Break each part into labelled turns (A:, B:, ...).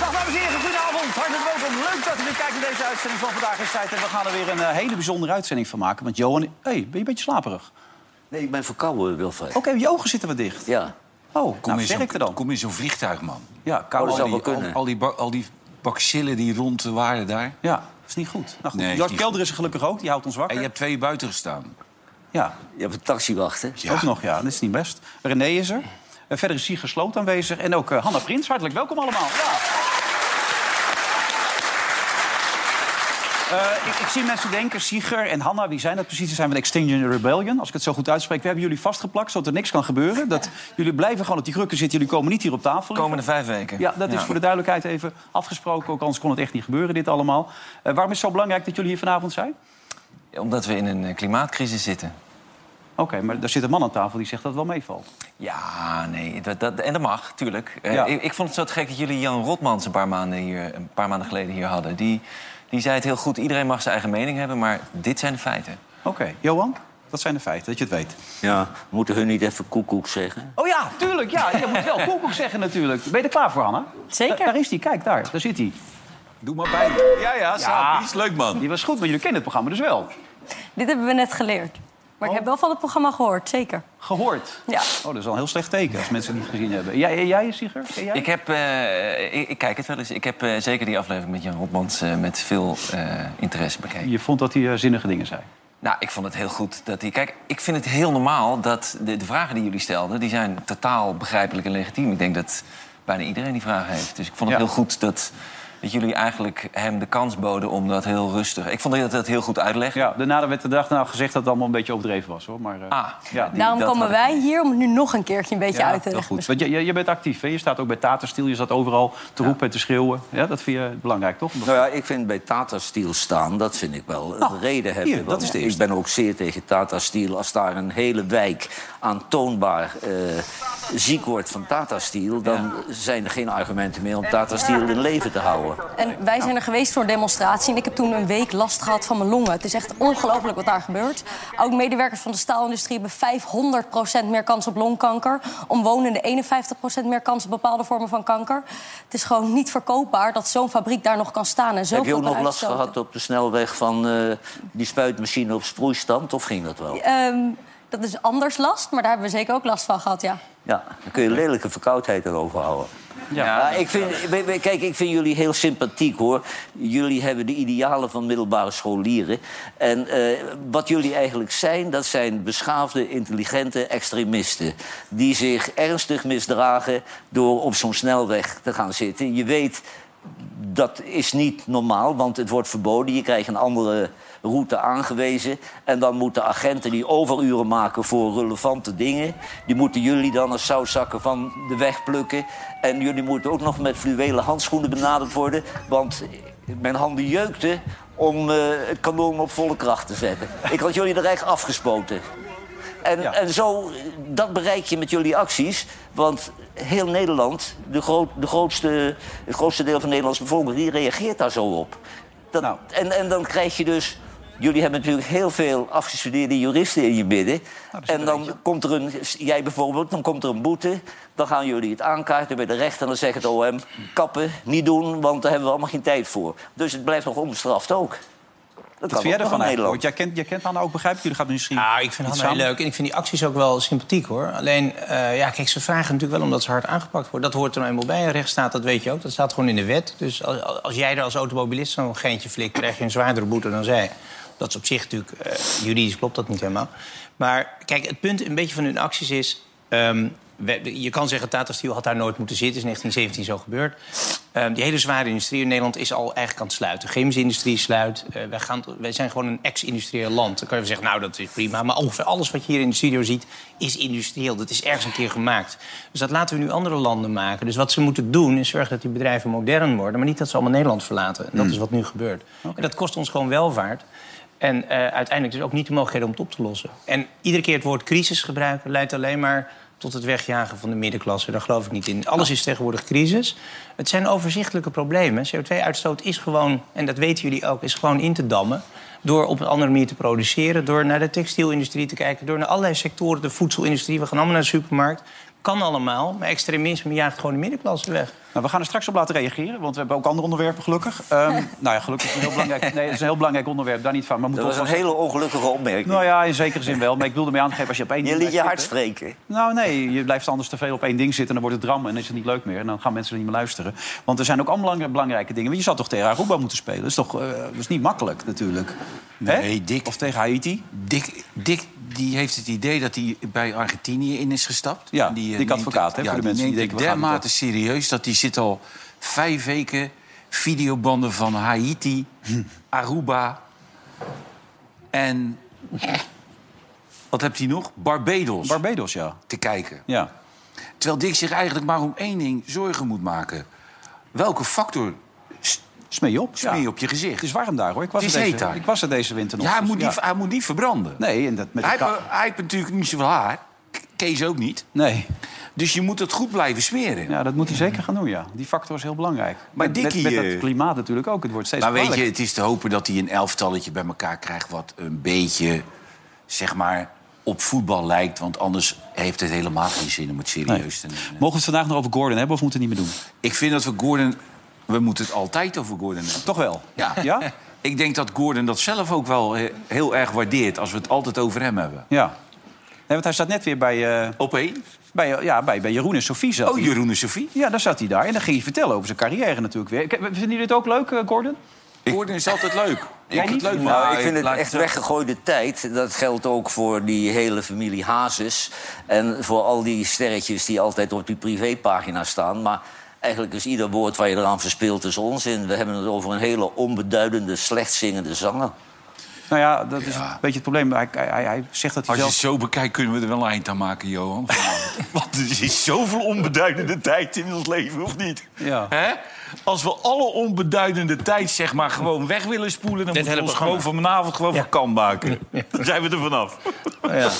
A: Dag dames en heren, goedenavond. Hartelijk welkom. Leuk dat u weer kijkt naar deze uitzending van Vandaag is Tijd. En we gaan er weer een eh, hele bijzondere uitzending van maken. Want Johan, hey, ben je een beetje slaperig?
B: Nee, ik ben verkouden, Wilfred.
A: Oké, je ogen zitten wat dicht.
B: Ja.
A: Oh,
C: Kom
A: nou,
C: in
A: werkt er
C: zo'n-
A: dan. Oh,
C: Kom in zo'n vliegtuig, man.
A: Ja,
C: Al,
A: koude
B: dat zou
C: die,
B: wel kunnen.
C: al, al die, ba- al die bacillen die rond waren daar.
A: Ja, dat is niet goed. Nou, goed.
C: Nee, is
A: Jort
C: niet
A: Kelder is er gelukkig ook, die houdt ons
C: En
A: wakker.
C: je hebt twee uur buiten gestaan.
A: Ja,
B: Je hebt een taxi wachten.
C: Ja.
A: ook nog, ja, dat is niet best. René is er. Eh, verder is Sieger Sloot aanwezig. En ook eh, Hanna Prins, hartelijk welkom allemaal. Ja. Eh, ik, ik zie mensen denken, Sieger en Hanna, wie zijn dat precies? Ze zijn van Extinction Rebellion, als ik het zo goed uitspreek. We hebben jullie vastgeplakt, zodat er niks kan gebeuren. Dat, jullie blijven gewoon op die krukken zitten, jullie komen niet hier op tafel.
D: komende vijf weken.
A: Ja, dat is voor de duidelijkheid even afgesproken. Ook anders kon het echt niet gebeuren, dit allemaal. Eh, waarom is het zo belangrijk dat jullie hier vanavond zijn?
D: Omdat we in een eh, klimaatcrisis zitten.
A: Oké, maar daar zit een man aan tafel die zegt dat het wel meevalt.
D: Ja, nee, dat, dat, en dat mag, tuurlijk. Eh,
A: Ja.
D: ik, ik vond het zo te gek dat jullie Jan Rotmans een paar maanden, hier, een paar maanden geleden hier hadden. Die, die zei het heel goed, iedereen mag zijn eigen mening hebben, maar dit zijn de feiten.
A: Oké, Johan, dat zijn de feiten, dat je het weet.
B: Ja. Moeten hun niet even koekoek zeggen?
A: Oh ja, tuurlijk, ja. Je moet wel koekoek zeggen natuurlijk. Ben je er klaar voor, Hanna?
E: Zeker.
A: Da- daar is hij, kijk, daar, daar zit hij.
C: Doe maar bij. Ja, ja,
A: Ja.
C: Saap, die is leuk, man.
A: Die was goed, maar jullie kennen het programma dus wel.
E: Dit hebben we net geleerd. Maar
B: Oh.
E: ik heb wel van het programma gehoord, zeker.
A: Gehoord.
E: Ja.
A: Oh, dat is al een heel slecht teken als mensen het niet gezien hebben. Jij, jij Sieger? Ken jij?
D: Ik, heb, eh, ik, ik kijk het wel eens. Ik heb eh, zeker die aflevering met Jan Rotmans eh, met veel eh, interesse bekeken.
A: Je vond dat hij eh, zinnige dingen zei.
D: Nou, ik vond het heel goed dat die. Kijk, ik vind het heel normaal dat de, de vragen die jullie stelden, die zijn totaal begrijpelijk en legitiem. Ik denk dat bijna iedereen die vragen heeft. Dus ik vond het
A: Ja.
D: heel goed dat, dat jullie eigenlijk hem de kans boden om dat heel rustig. Ik vond dat hij dat heel goed uitlegde.
A: Ja, daarna werd de dag nou gezegd dat het allemaal een beetje overdreven was, hoor. Maar, eh,
D: Ah,
A: ja.
D: die-
E: Daarom
D: dat
E: komen
D: had ik-
E: wij hier om het nu nog een keertje een beetje
A: Ja,
E: uit te
A: heel
E: leggen.
A: goed. Want je, je, je bent actief, hè? Je staat ook bij Taterstil, je staat overal te roepen en te schreeuwen. Ja, dat vind je belangrijk, toch?
B: Nou ja, ik vind bij Tata Steel staan, dat vind ik wel een reden hebben.
A: Oh, hier, dat
B: want
A: is de
B: ik ben ook zeer tegen Tata Steel. Als daar een hele wijk aantoonbaar eh, ziek wordt van Tata Steel... dan zijn er geen argumenten meer om Tata Steel in leven te houden.
E: En wij zijn er geweest voor een demonstratie. En ik heb toen een week last gehad van mijn longen. Het is echt ongelooflijk wat daar gebeurt. Ook medewerkers van de staalindustrie hebben 500% meer kans op longkanker. Omwonenden 51% meer kans op bepaalde vormen van kanker. Het is gewoon niet verkoopbaar dat zo'n fabriek daar nog kan staan. En
B: Heb je
E: zoveel
B: ook
E: kan
B: nog last
E: uitstoten.
B: gehad op de snelweg van eh, die spuitmachine op sproeistand? Of ging dat wel?
E: Ehm, dat is anders last, maar daar hebben we zeker ook last van gehad, ja.
B: Ja, dan kun je lelijke verkoudheid erover houden. Ja, ik vind, we- we- kijk, ik vind jullie heel sympathiek, hoor. Jullie hebben de idealen van middelbare scholieren. En eh, wat jullie eigenlijk zijn, dat zijn beschaafde, intelligente extremisten... die zich ernstig misdragen door op zo'n snelweg te gaan zitten. Je weet, dat is niet normaal, want het wordt verboden. Je krijgt een andere route aangewezen. En dan moeten agenten die overuren maken voor relevante dingen... die moeten jullie dan als zoutzakken van de weg plukken. En jullie moeten ook nog met fluwelen handschoenen benaderd worden... want mijn handen jeukten om eh, het kanon op volle kracht te zetten. Ik had jullie er echt afgespoten. En,
A: Ja.
B: en zo, dat bereik je met jullie acties. Want heel Nederland, de groot, de grootste, het grootste deel van de Nederlandse bevolking... die reageert daar zo op. Dat,
A: Nou.
B: en, en dan krijg je dus... Jullie hebben natuurlijk heel veel afgestudeerde juristen in je
A: Nou,
B: midden. en dan komt er een, jij bijvoorbeeld, dan komt er een boete. Dan gaan jullie het aankaarten bij de rechter en dan zegt het OM... kappen, niet doen, want daar hebben we allemaal geen tijd voor. Dus het blijft nog onbestraft ook. Dat,
A: Wat
B: kan
A: vind jij
B: ook nog in
A: ervan eigenlijk?
B: Nederland.
A: Want jij kent, jij kent Hanna ook, begrijp ik? Jullie gaan misschien
F: Ja, Nou, ik vind
A: iets
F: Hanna heel
A: samen-
F: leuk en ik vind die acties ook wel sympathiek hoor. Alleen, eh, ja, kijk, ze vragen natuurlijk wel omdat ze hard aangepakt worden. Dat hoort er nou eenmaal bij. Een rechtsstaat, dat weet je ook. Dat staat gewoon in de wet. Dus als, als jij er als automobilist zo'n geintje flikt, krijg je een zwaardere boete dan zij. Dat is op zich natuurlijk, eh, juridisch klopt dat niet helemaal. Maar kijk, het punt een beetje van hun acties is. ehm, we- je kan zeggen, Tata Steel had daar nooit moeten zitten. is in 1917 zo gebeurd. Eh, die hele zware industrie in Nederland is al eigenlijk aan het sluiten. De chemische industrie sluit. Eh, wij, gaan, wij zijn gewoon een ex-industrieel land. Dan kan je wel zeggen, nou, dat is prima. Maar ongeveer alles wat je hier in de studio ziet, is industrieel. Dat is ergens een keer gemaakt. Dus dat laten we nu andere landen maken. Dus wat ze moeten doen, is zorgen dat die bedrijven modern worden... maar niet dat ze allemaal Nederland verlaten. En dat is wat nu gebeurt. En dat kost ons gewoon welvaart. En eh, uiteindelijk dus ook niet de mogelijkheden om het op te lossen. En iedere keer het woord crisis gebruiken leidt alleen maar tot het wegjagen van de middenklasse. Daar geloof ik niet in. Alles is tegenwoordig crisis. Het zijn overzichtelijke problemen. CO2-uitstoot is gewoon, en dat weten jullie ook, is gewoon in te dammen. Door op een andere manier te produceren, door naar de textielindustrie te kijken, door naar allerlei sectoren, de voedselindustrie. We gaan allemaal naar de supermarkt. Kan allemaal, maar extremisme jaagt gewoon de middenklasse weg.
A: Nou, we gaan er straks op laten reageren, want we hebben ook andere onderwerpen, gelukkig. Ehm, nou ja, gelukkig is een heel belangrijk, nee, het is een heel belangrijk onderwerp, daar niet van. Maar
B: Dat
A: moeten we
B: was een
A: alvast-
B: hele ongelukkige opmerking.
A: Nou ja, in zekere zin wel. Maar ik wilde mee aangeven als je op één
B: je
A: ding
B: liet je
A: blijft
B: hard
A: zitten-
B: spreken.
A: Nou nee, je blijft anders te veel op één ding zitten... en dan wordt het dram en dan is het niet leuk meer. En dan gaan mensen er niet meer luisteren. Want er zijn ook allemaal belangrijke, belangrijke dingen. Want je zou toch tegen Aruba moeten spelen? Dat is toch eh, dat is niet makkelijk natuurlijk.
C: Nee,
A: Hè?
C: Dick.
A: Of tegen Haiti.
C: Dick, Dick die heeft het idee dat hij bij Argentinië in is gestapt.
A: Ja,
C: En die, eh,
A: Dick
C: neemt
A: Advocaat, hè,
C: het-
A: voor de
C: ja,
A: mensen die
C: neemt het
A: denken, we gaan het
C: dermate serieus dat hij zit al vijf weken videobanden van Haiti, Aruba en... Wat hebt hij nog? Barbados
A: Barbados, ja.
C: te kijken.
A: Ja.
C: Terwijl Dick zich eigenlijk maar om één ding zorgen moet maken. Welke factor
A: Smee je op. ja.
C: smee je op je gezicht?
A: Het is warm daar, hoor. Ik was,
C: Het
A: er,
C: is
A: deze,
C: heet daar.
A: Ik was er deze winter nog.
C: ja, hij
A: Dus
C: moet, Niet, hij moet niet verbranden.
A: Nee, en dat met
C: Hij,
A: de
C: heeft,
A: ka-
C: hij heeft natuurlijk niet zoveel haar. Kees ook niet.
A: Nee,
C: Dus je moet het goed blijven smeren.
A: ja, dat moet hij zeker gaan doen, ja. Die factor is heel belangrijk.
C: Maar
A: met, met,
C: Dickie,
A: met
C: eh,
A: dat klimaat natuurlijk ook. Het wordt steeds
C: Maar weet je,
A: gevaarlijker.
C: het is te hopen dat hij een elftalletje bij elkaar krijgt... wat een beetje, zeg maar, op voetbal lijkt. Want anders heeft het helemaal geen zin om het serieus te nemen.
A: Mogen we het vandaag nog over Gordon hebben of moeten we het niet meer doen?
C: Ik vind dat we Gordon... We moeten het altijd over Gordon hebben.
A: Toch wel?
C: Ja.
A: Ja?
C: Ik denk dat Gordon dat zelf ook wel eh, heel erg waardeert... als we het altijd over hem hebben.
A: Ja. Nee, want hij staat net weer bij, eh,
C: Op één.
A: bij, eh, ja, bij, bij Jeroen en Sofie zat
C: Oh,
A: hij.
C: Jeroen en Sofie.
A: Ja, daar zat hij daar. En dan ging hij vertellen over zijn carrière natuurlijk weer. Kijk, Vinden jullie dit ook leuk, eh, Gordon?
C: Gordon is altijd leuk. Ik vind
A: niet?
C: het leuk,
B: Nou,
C: maar...
B: ik vind het
D: laat ik
B: echt
D: zeggen-
B: weggegooide tijd. Dat geldt ook voor die hele familie Hazes. En voor al die sterretjes die altijd op die privépagina staan. Maar eigenlijk is ieder woord waar je eraan verspeelt is onzin. We hebben het over een hele onbeduidende, slecht zingende zanger.
A: Nou ja, dat is een beetje het probleem. Hij, hij, hij- hij zegt dat hij
C: Als je
A: zelf...
C: het zo bekijkt, kunnen we er wel een eind aan maken, Johan. Want er is zoveel onbeduidende tijd in ons leven, of niet?
A: Ja.
C: Hè? Als we alle onbeduidende tijd zeg maar, gewoon weg willen spoelen... dan moeten we ons gewoon vanavond gewoon van kan maken. Dan zijn we er vanaf.
F: ja.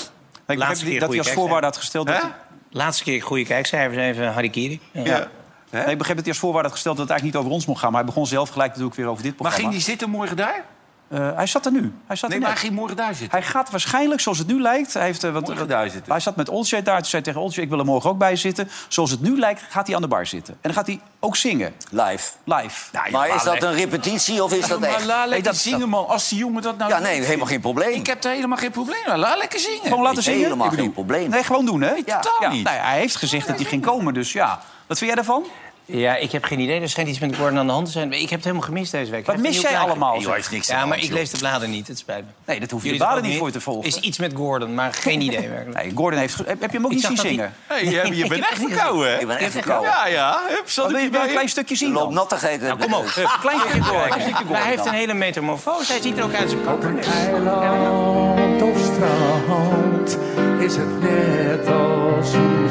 A: Ik begreep
F: Laatste
A: dat hij
F: keer goede
A: als
F: kijk,
A: voorwaarde had gesteld... Dat
C: Hè?
A: hij,
F: Laatste keer goede kijkcijfers even Harry Kierik. Ja.
A: Nee, ik begreep dat hij als voorwaarde had gesteld dat het eigenlijk niet over ons mocht gaan. Maar hij begon zelf gelijk natuurlijk weer over dit
C: Maar
A: programma.
C: ging die zitten morgen daar?
A: Eh, hij zat er nu. Hij zat
C: Nee,
A: er
C: maar
A: net.
C: hij ging morgen daar zitten.
A: Hij gaat waarschijnlijk, zoals het nu lijkt... Hij, heeft, eh, wat,
C: Morgen
A: wat-
C: daar zitten.
A: hij zat met Olcay daar. Toen zei hij tegen Olcay, ik wil er morgen ook bij zitten. Zoals het nu lijkt, gaat hij aan de bar zitten. En dan gaat hij ook zingen,
B: Live.
A: live.
B: maar is dat een repetitie of is dat
C: Maar
B: echt?
C: laat
A: Nee,
C: lekker
A: dat-
C: zingen, man. Als die jongen dat nou...
B: Ja,
C: leuk
B: nee, helemaal geen probleem.
C: Ik heb daar helemaal geen probleem mee. Laat lekker zingen.
A: Gewoon laten zingen?
B: Helemaal
A: Ik bedoel-
B: geen probleem.
A: Nee, gewoon doen, hè?
C: totaal niet.
A: Nou ja, hij heeft gezegd dat hij ging komen, dus ja. Wat vind jij daarvan?
F: Ja, ik heb geen idee. Er schijnt iets met Gordon aan de hand te zijn. Ik heb het helemaal gemist deze week.
A: Wat
F: Hij heeft
A: mis
F: een
A: jij
F: nieuw plaatje.
A: allemaal? zeg?
F: Ja, maar ik lees de bladen niet. Het spijt me.
A: Nee, dat hoef je
F: Jullie
A: de bladen
F: ook
A: niet voor te volgen.
F: Is iets met Gordon, maar geen idee werkelijk.
A: Nee, Gordon heeft... ge- Heb heb je hem ook
F: Ik
A: niet
F: zag
A: zien
F: dat
A: zingen?
C: Hey, je, je bent echt verkouden, hè?
B: Ik ben echt verkouden.
C: Ja, Nou, ja. Hup, zat
A: Wil je wil
C: ik
A: je een
C: erbij.
A: klein stukje zien
B: Loop
A: dan?
B: nattigheid.
F: Kom op.
A: Klein stukje Gordon. Klein stukje
F: Maar
A: Gordon
F: hij heeft een
A: dan.
F: hele metamorfose. Hij ziet er ook uit zijn kop.
G: eiland of strand is het net als een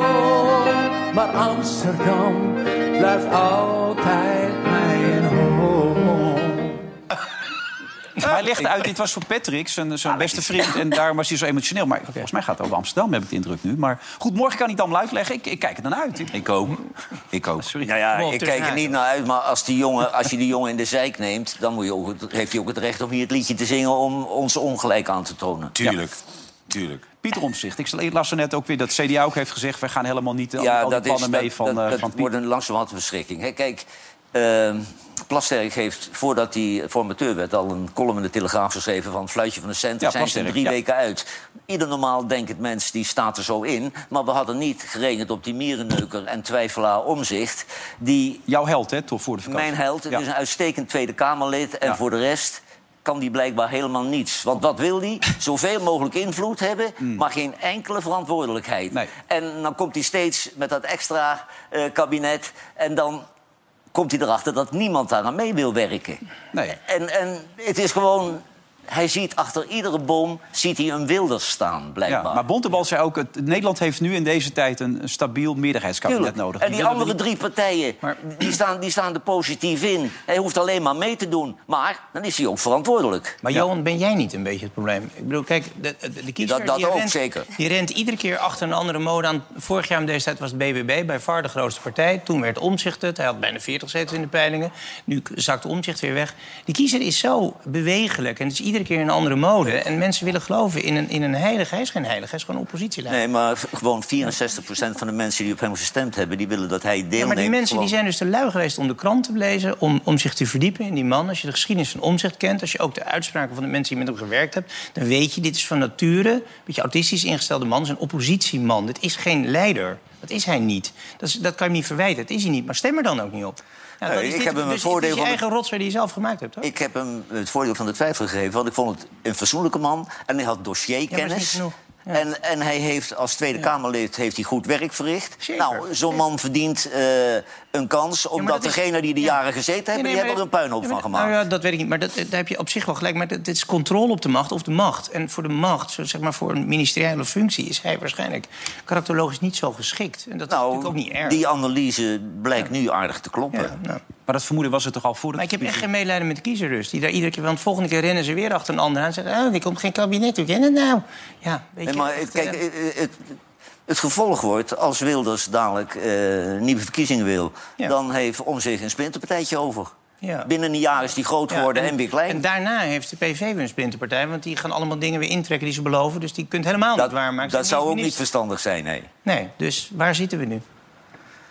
G: droom. Maar Amsterdam blijft altijd mijn home.
A: Hij legde uit, dit was voor Patrick, zijn, zijn beste vriend. En daarom was hij zo emotioneel. Maar volgens mij gaat het over Amsterdam, heb ik de indruk nu. Maar goed, morgen kan ik het allemaal uitleggen. Ik, ik kijk er dan uit. Ik-
C: Ik ook. Ik ook.
B: Nou ja, ik
F: terug
B: kijk er
F: naar
B: niet naar uit, maar als, die jongen, als je die jongen in de zeik neemt... dan moet je ook, het- heeft hij ook het recht om hier het liedje te zingen... om ons ongelijk aan te tonen.
C: Tuurlijk. Tuurlijk.
A: Pieter Omtzigt, ik las er net ook weer dat CDA ook heeft gezegd... we gaan helemaal niet eh, al, al
B: Ja,
A: die
B: dat, is,
A: plannen mee
B: dat,
A: van,
B: dat,
A: eh,
B: dat
A: van Pieter.
B: wordt een langzamerhand een verschrikking. Hè, kijk, ehm Plasterk heeft voordat hij formateur werd... al een column in de Telegraaf geschreven van... Fluitje van de cent,
A: Ja,
B: zijn ze
A: Plasterk,
B: drie
A: ja.
B: weken uit. Ieder normaal denkend mens die staat er zo in. Maar we hadden niet gerekend op die mierenneuker en twijfelaar Omzicht... die
A: Jouw held, hè, toch, voor de vakantie.
B: Mijn held, dus- het
A: Ja.
B: is een uitstekend Tweede Kamerlid. En
A: Ja.
B: voor de rest kan die blijkbaar helemaal niets. Want wat wil die? Zoveel mogelijk invloed hebben, maar geen enkele verantwoordelijkheid.
A: Mm. Nee.
B: En dan komt hij steeds met dat extra eh, kabinet. En dan komt hij erachter dat niemand daaraan mee wil werken.
A: Nee.
B: En, en het is gewoon... Hij ziet achter iedere boom ziet hij een Wilders staan, blijkbaar.
A: Ja, maar Bontebal zei ook, het, Nederland heeft nu in deze tijd een een stabiel meerderheidskabinet
B: Tuurlijk.
A: nodig.
B: En die,
A: willen we
B: andere
A: niet-
B: drie partijen, die, staan, die staan er positief in. Hij hoeft alleen maar mee te doen. Maar dan is hij ook verantwoordelijk.
F: Maar Johan, ben jij niet een beetje het probleem? Ik bedoel, kijk, de, de, de kiezer...
B: Dat- dat
F: die
B: ook,
F: rent,
B: zeker.
F: Die rent iedere keer achter een andere mode aan. Vorig jaar om deze tijd was het BBB bij VAR de grootste partij. Toen werd Omzicht het. Hij had bijna 40 zetels in de peilingen. Nu k- zakt Omzicht weer weg. Die kiezer is zo bewegelijk en het is iedere keer een andere mode. En mensen willen geloven in een, in een heilige. Hij is geen heilige, hij is gewoon een oppositieleider.
B: Nee, maar v- gewoon 64% van de mensen die op hem gestemd hebben... die willen dat hij deelneemt.
F: Ja, maar die mensen
B: Gewoon-
F: die zijn dus te lui geweest om de krant te lezen... Om, om zich te verdiepen in die man. Als je de geschiedenis van Omzicht kent... als je ook de uitspraken van de mensen die met hem gewerkt hebben... dan weet je, dit is van nature een beetje autistisch ingestelde man. Het is een oppositieman. Dit is geen leider. Dat is hij niet. Dat, is, dat kan je hem niet verwijten. Dat is hij niet. Maar stem er dan ook niet op. Ja,
B: Nee,
F: dan is
B: ik
F: dit-
B: heb hem een
F: dus
B: voordeel
F: Het is je
B: van de-
F: eigen rotzooi die je zelf gemaakt hebt, toch?
B: Ik heb hem het voordeel van de twijfel gegeven, want ik vond het een fatsoenlijke man. En hij had
F: Ja, maar is
B: dossierkennis.
F: niet genoeg. Ja.
B: En, en hij heeft als Tweede Kamerlid heeft hij goed werk verricht.
F: Zeker.
B: Nou, zo'n man verdient eh, een kans, omdat
F: dat is-
B: degenen die de
F: ja.
B: jaren gezeten hebben,
F: Nee,
B: die
F: nee,
B: hebben er een
F: maar-
B: puinhoop
F: Ja,
B: van
F: maar-
B: gemaakt.
F: Nou ja, dat weet ik niet. Maar dat, dat- daar heb je op zich wel gelijk. Maar dat- dit is controle op de macht of de macht. En voor de macht, zo zeg maar voor een ministeriële functie... is hij waarschijnlijk karakterologisch niet zo geschikt. En dat is
B: nou,
F: natuurlijk ook niet erg.
B: die analyse blijkt nu aardig te kloppen.
F: Ja, nou.
A: Maar dat vermoeden was er toch al voor de
F: Maar ik heb echt geen medelijden met de kiezer dus. Die daar iedere keer, want volgende keer rennen ze weer achter een ander aan... en zeggen, oh, er komt geen kabinet, hoe ken het nou? Ja, weet
B: Nee,
F: je,
B: maar
F: echt,
B: het- kijk,
F: eh,
B: het, het, het gevolg wordt, als Wilders dadelijk eh, nieuwe verkiezingen wil...
F: Ja.
B: dan heeft om zich een splinterpartijtje over.
F: Ja.
B: Binnen een jaar is die groot
F: ja,
B: geworden en, weer klein.
F: En daarna heeft de PV weer een splinterpartij... want die gaan allemaal dingen weer intrekken die ze beloven... dus die kunt helemaal
B: dat
F: niet waarmaken.
B: dat
F: Ze zijn
B: zou ook niet
F: minister.
B: verstandig zijn, nee.
F: Nee, dus waar zitten we nu?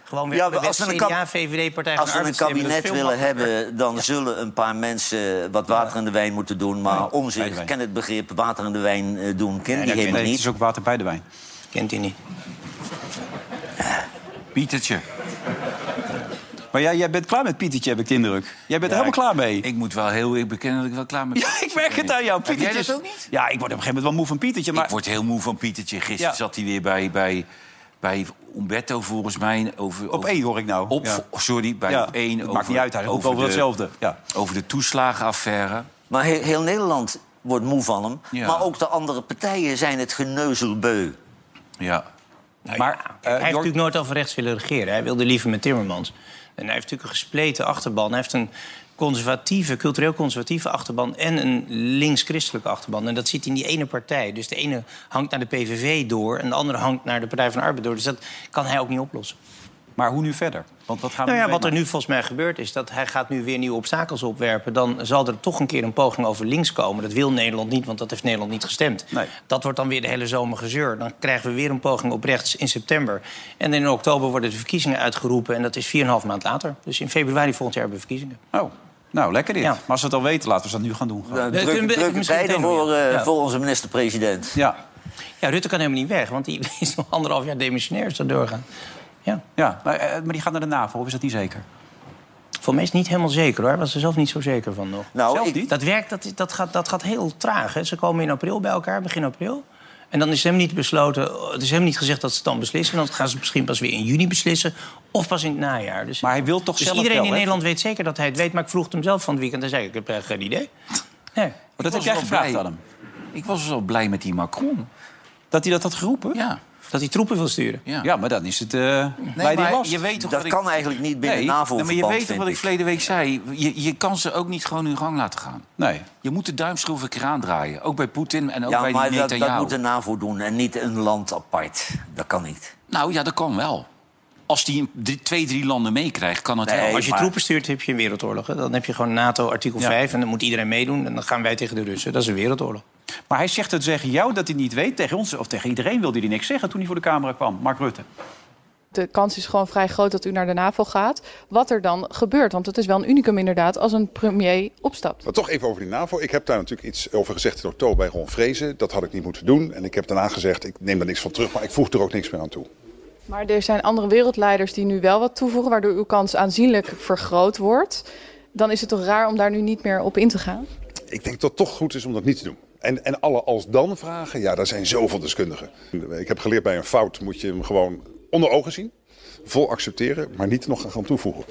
F: Gewoon weer
B: Ja,
F: op de
B: maar als
F: wet,
B: we een kab-
F: CDA, VVD, Partij
B: Als
F: van
B: we
F: de
B: een
F: Arbeid stemmen, dat is
B: kabinet
F: veel
B: willen
F: makkelijker.
B: hebben, dan zullen een paar mensen eh, wat water in de wijn moeten doen. Maar om zich ken het begrip water in de wijn eh, doen, kent die
F: dat
B: helemaal
A: Nee, het is
B: niet.
A: ook water bij de wijn.
F: Kent hij niet.
B: Nou,
C: Pietertje.
A: Maar jij, jij bent klaar met Pietertje, heb ik de indruk. Jij bent er helemaal klaar mee.
C: Ik moet wel heel eerlijk bekennen dat ik wel klaar ben.
A: ja, ik merk het aan jou. Pietertje
C: dat
A: is-
C: ook niet?
A: Ja, ik word op een gegeven moment wel moe van Pietertje. Maar
C: Ik word heel moe van Pietertje. Gisteren
A: Ja.
C: zat hij weer bij, bij, bij Umberto, volgens mij. Over,
A: op één hoor ik nou.
C: Op,
A: ja.
C: Sorry, bij
A: Ja,
C: op één.
A: het maakt niet uit, hij roept over
C: de-
A: datzelfde, ja.
C: Over de toeslagenaffaire.
B: Maar he- heel Nederland wordt moe van hem.
C: Ja.
B: Maar ook de andere partijen zijn het geneuzelbeu. Eh,
C: Ja.
A: Maar eh,
F: Nou hij heeft
A: Jorg-
F: natuurlijk nooit over rechts willen regeren. Hij wilde liever met Timmermans. En hij heeft natuurlijk een gespleten achterban. Hij heeft een conservatieve, cultureel conservatieve achterban... en een links-christelijke achterban. En dat zit in die ene partij. Dus de ene hangt naar de PVV door... en de andere hangt naar de Partij van de Arbeid door. Dus dat kan hij ook niet oplossen.
A: maar hoe nu verder? Want wat gaan we
F: Nou ja,
A: nu
F: wat er
A: meemaken?
F: nu volgens mij gebeurt is dat hij gaat nu weer nieuwe obstakels opwerpen. Dan zal er toch een keer een poging over links komen. Dat wil Nederland niet, want dat heeft Nederland niet gestemd.
A: Nee.
F: Dat wordt dan weer de hele zomer gezeur. Dan krijgen we weer een poging op rechts in september. En in oktober worden de verkiezingen uitgeroepen. En dat is 4,5 maand later. Dus in februari volgend jaar hebben we verkiezingen.
A: Oh, nou, lekker dit.
F: Ja.
A: Maar als we het al weten, laten we dat nu gaan doen. gewoon.
B: Nou,
F: kunnen we-
B: Drukke drukke
F: misschien
B: tijden
F: meteen
B: voor,
F: doen, ja.
B: eh,
F: Ja.
B: voor onze minister-president.
A: Ja,
F: Ja, Rutte kan helemaal niet weg, want die is nog anderhalf jaar demissionair als dat doorgaat. Ja,
A: ja. Maar, eh, maar die gaat naar de NAVO, of is dat niet zeker?
F: voor mij is het niet helemaal zeker hoor. Hij was er zelf niet zo zeker van nog.
B: Nou,
A: Zelf
B: ik,
A: niet?
F: Dat werkt, dat, is- dat, gaat, dat gaat heel traag. Hè. Ze komen in april bij elkaar, begin april. En dan is hem niet besloten, het is hem niet gezegd dat ze het dan beslissen. Dan gaan ze misschien pas weer in juni beslissen. Of pas in het najaar. Dus,
A: Maar hij wil toch
F: dus
A: zelf
F: iedereen
A: wel,
F: in
A: hè?
F: Nederland weet zeker dat hij het weet. Maar ik vroeg het hem zelf van het weekend. Hij zei, ik heb eh, geen idee. Nee.
A: Maar dat heb
C: was
A: jij
C: wel
A: gevraagd
C: blij.
A: aan hem.
C: Ik was dus al blij met die Macron.
A: Dat hij dat had geroepen?
C: Ja.
F: Dat hij troepen wil sturen.
C: ja.
A: Ja, maar dan is het eh
C: Nee,
A: bij die
C: maar
A: last.
C: je weet toch
B: dat
C: wat ik-
B: kan eigenlijk niet binnen
C: Nee,
B: NAVO-verband,
C: maar je weet toch
B: vind
C: wat ik
B: ik.
C: verleden week zei. Je, je kan ze ook niet gewoon hun gang laten gaan.
A: Nee.
C: Je moet de duimschroef een keer aandraaien. Ook bij Poetin en ook
B: Ja,
C: bij die
B: maar dat, dat
C: Netanyahu.
B: moet de NAVO doen en niet een land apart. Dat kan niet.
C: Nou ja, dat kan wel. Als die een- drie- twee, drie landen meekrijgt, kan het
B: Nee,
C: wel.
F: Als je
B: maar-
F: troepen stuurt, heb je een wereldoorlog. Hè. Dan heb je gewoon NATO artikel 5 en dan moet iedereen meedoen. En dan gaan wij tegen de Russen. Dat is een wereldoorlog.
A: Maar hij zegt het tegen jou dat hij niet weet. Tegen ons of tegen iedereen wilde hij niks zeggen toen hij voor de camera kwam. Mark Rutte.
H: De kans is gewoon vrij groot dat u naar de NAVO gaat. Wat er dan gebeurt, want het is wel een unicum inderdaad als een premier opstapt.
I: Maar toch even over die NAVO. Ik heb daar natuurlijk iets over gezegd in oktober bij Ron Vrezen. Dat had ik niet moeten doen. En ik heb daarna gezegd, ik neem daar niks van terug, maar ik voeg er ook niks meer aan toe.
H: Maar er zijn andere wereldleiders die nu wel wat toevoegen, waardoor uw kans aanzienlijk vergroot wordt. Dan is het toch raar om daar nu niet meer op in te gaan?
I: Ik denk dat het toch goed is om dat niet te doen. En, en alle als-dan vragen, ja, daar zijn zoveel deskundigen. Ik heb geleerd bij een fout moet je hem gewoon onder ogen zien. Vol accepteren, maar niet er nog aan gaan toevoegen.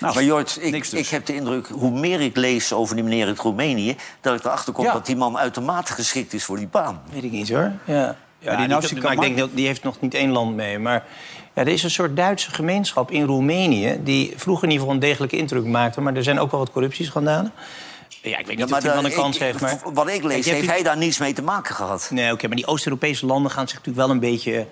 B: maar Jort, ik,
A: niks dus.
B: ik heb de indruk, hoe meer ik lees over die meneer uit Roemenië... dat ik erachter kom
F: Ja.
B: dat die man uitermate geschikt is voor die baan.
F: Weet ik niet hoor. Ja. Ja, die
A: Nausicaa
F: maar ik
A: mag-
F: denk dat die heeft nog niet één land mee. Maar ja, er is een soort Duitse gemeenschap in Roemenië. die vroeger in ieder geval een degelijke indruk maakte. Maar er zijn ook wel wat corruptieschandalen. Ja, ik weet niet of die man
B: dan-
F: een kans
B: ik-
F: heeft. Maar...
B: v- Wat ik lees,
F: Kijk, je hebt
B: heeft
F: die-
B: hij daar niets mee te maken gehad.
F: Nee, oké, maar die Oost-Europese landen gaan zich natuurlijk wel een beetje...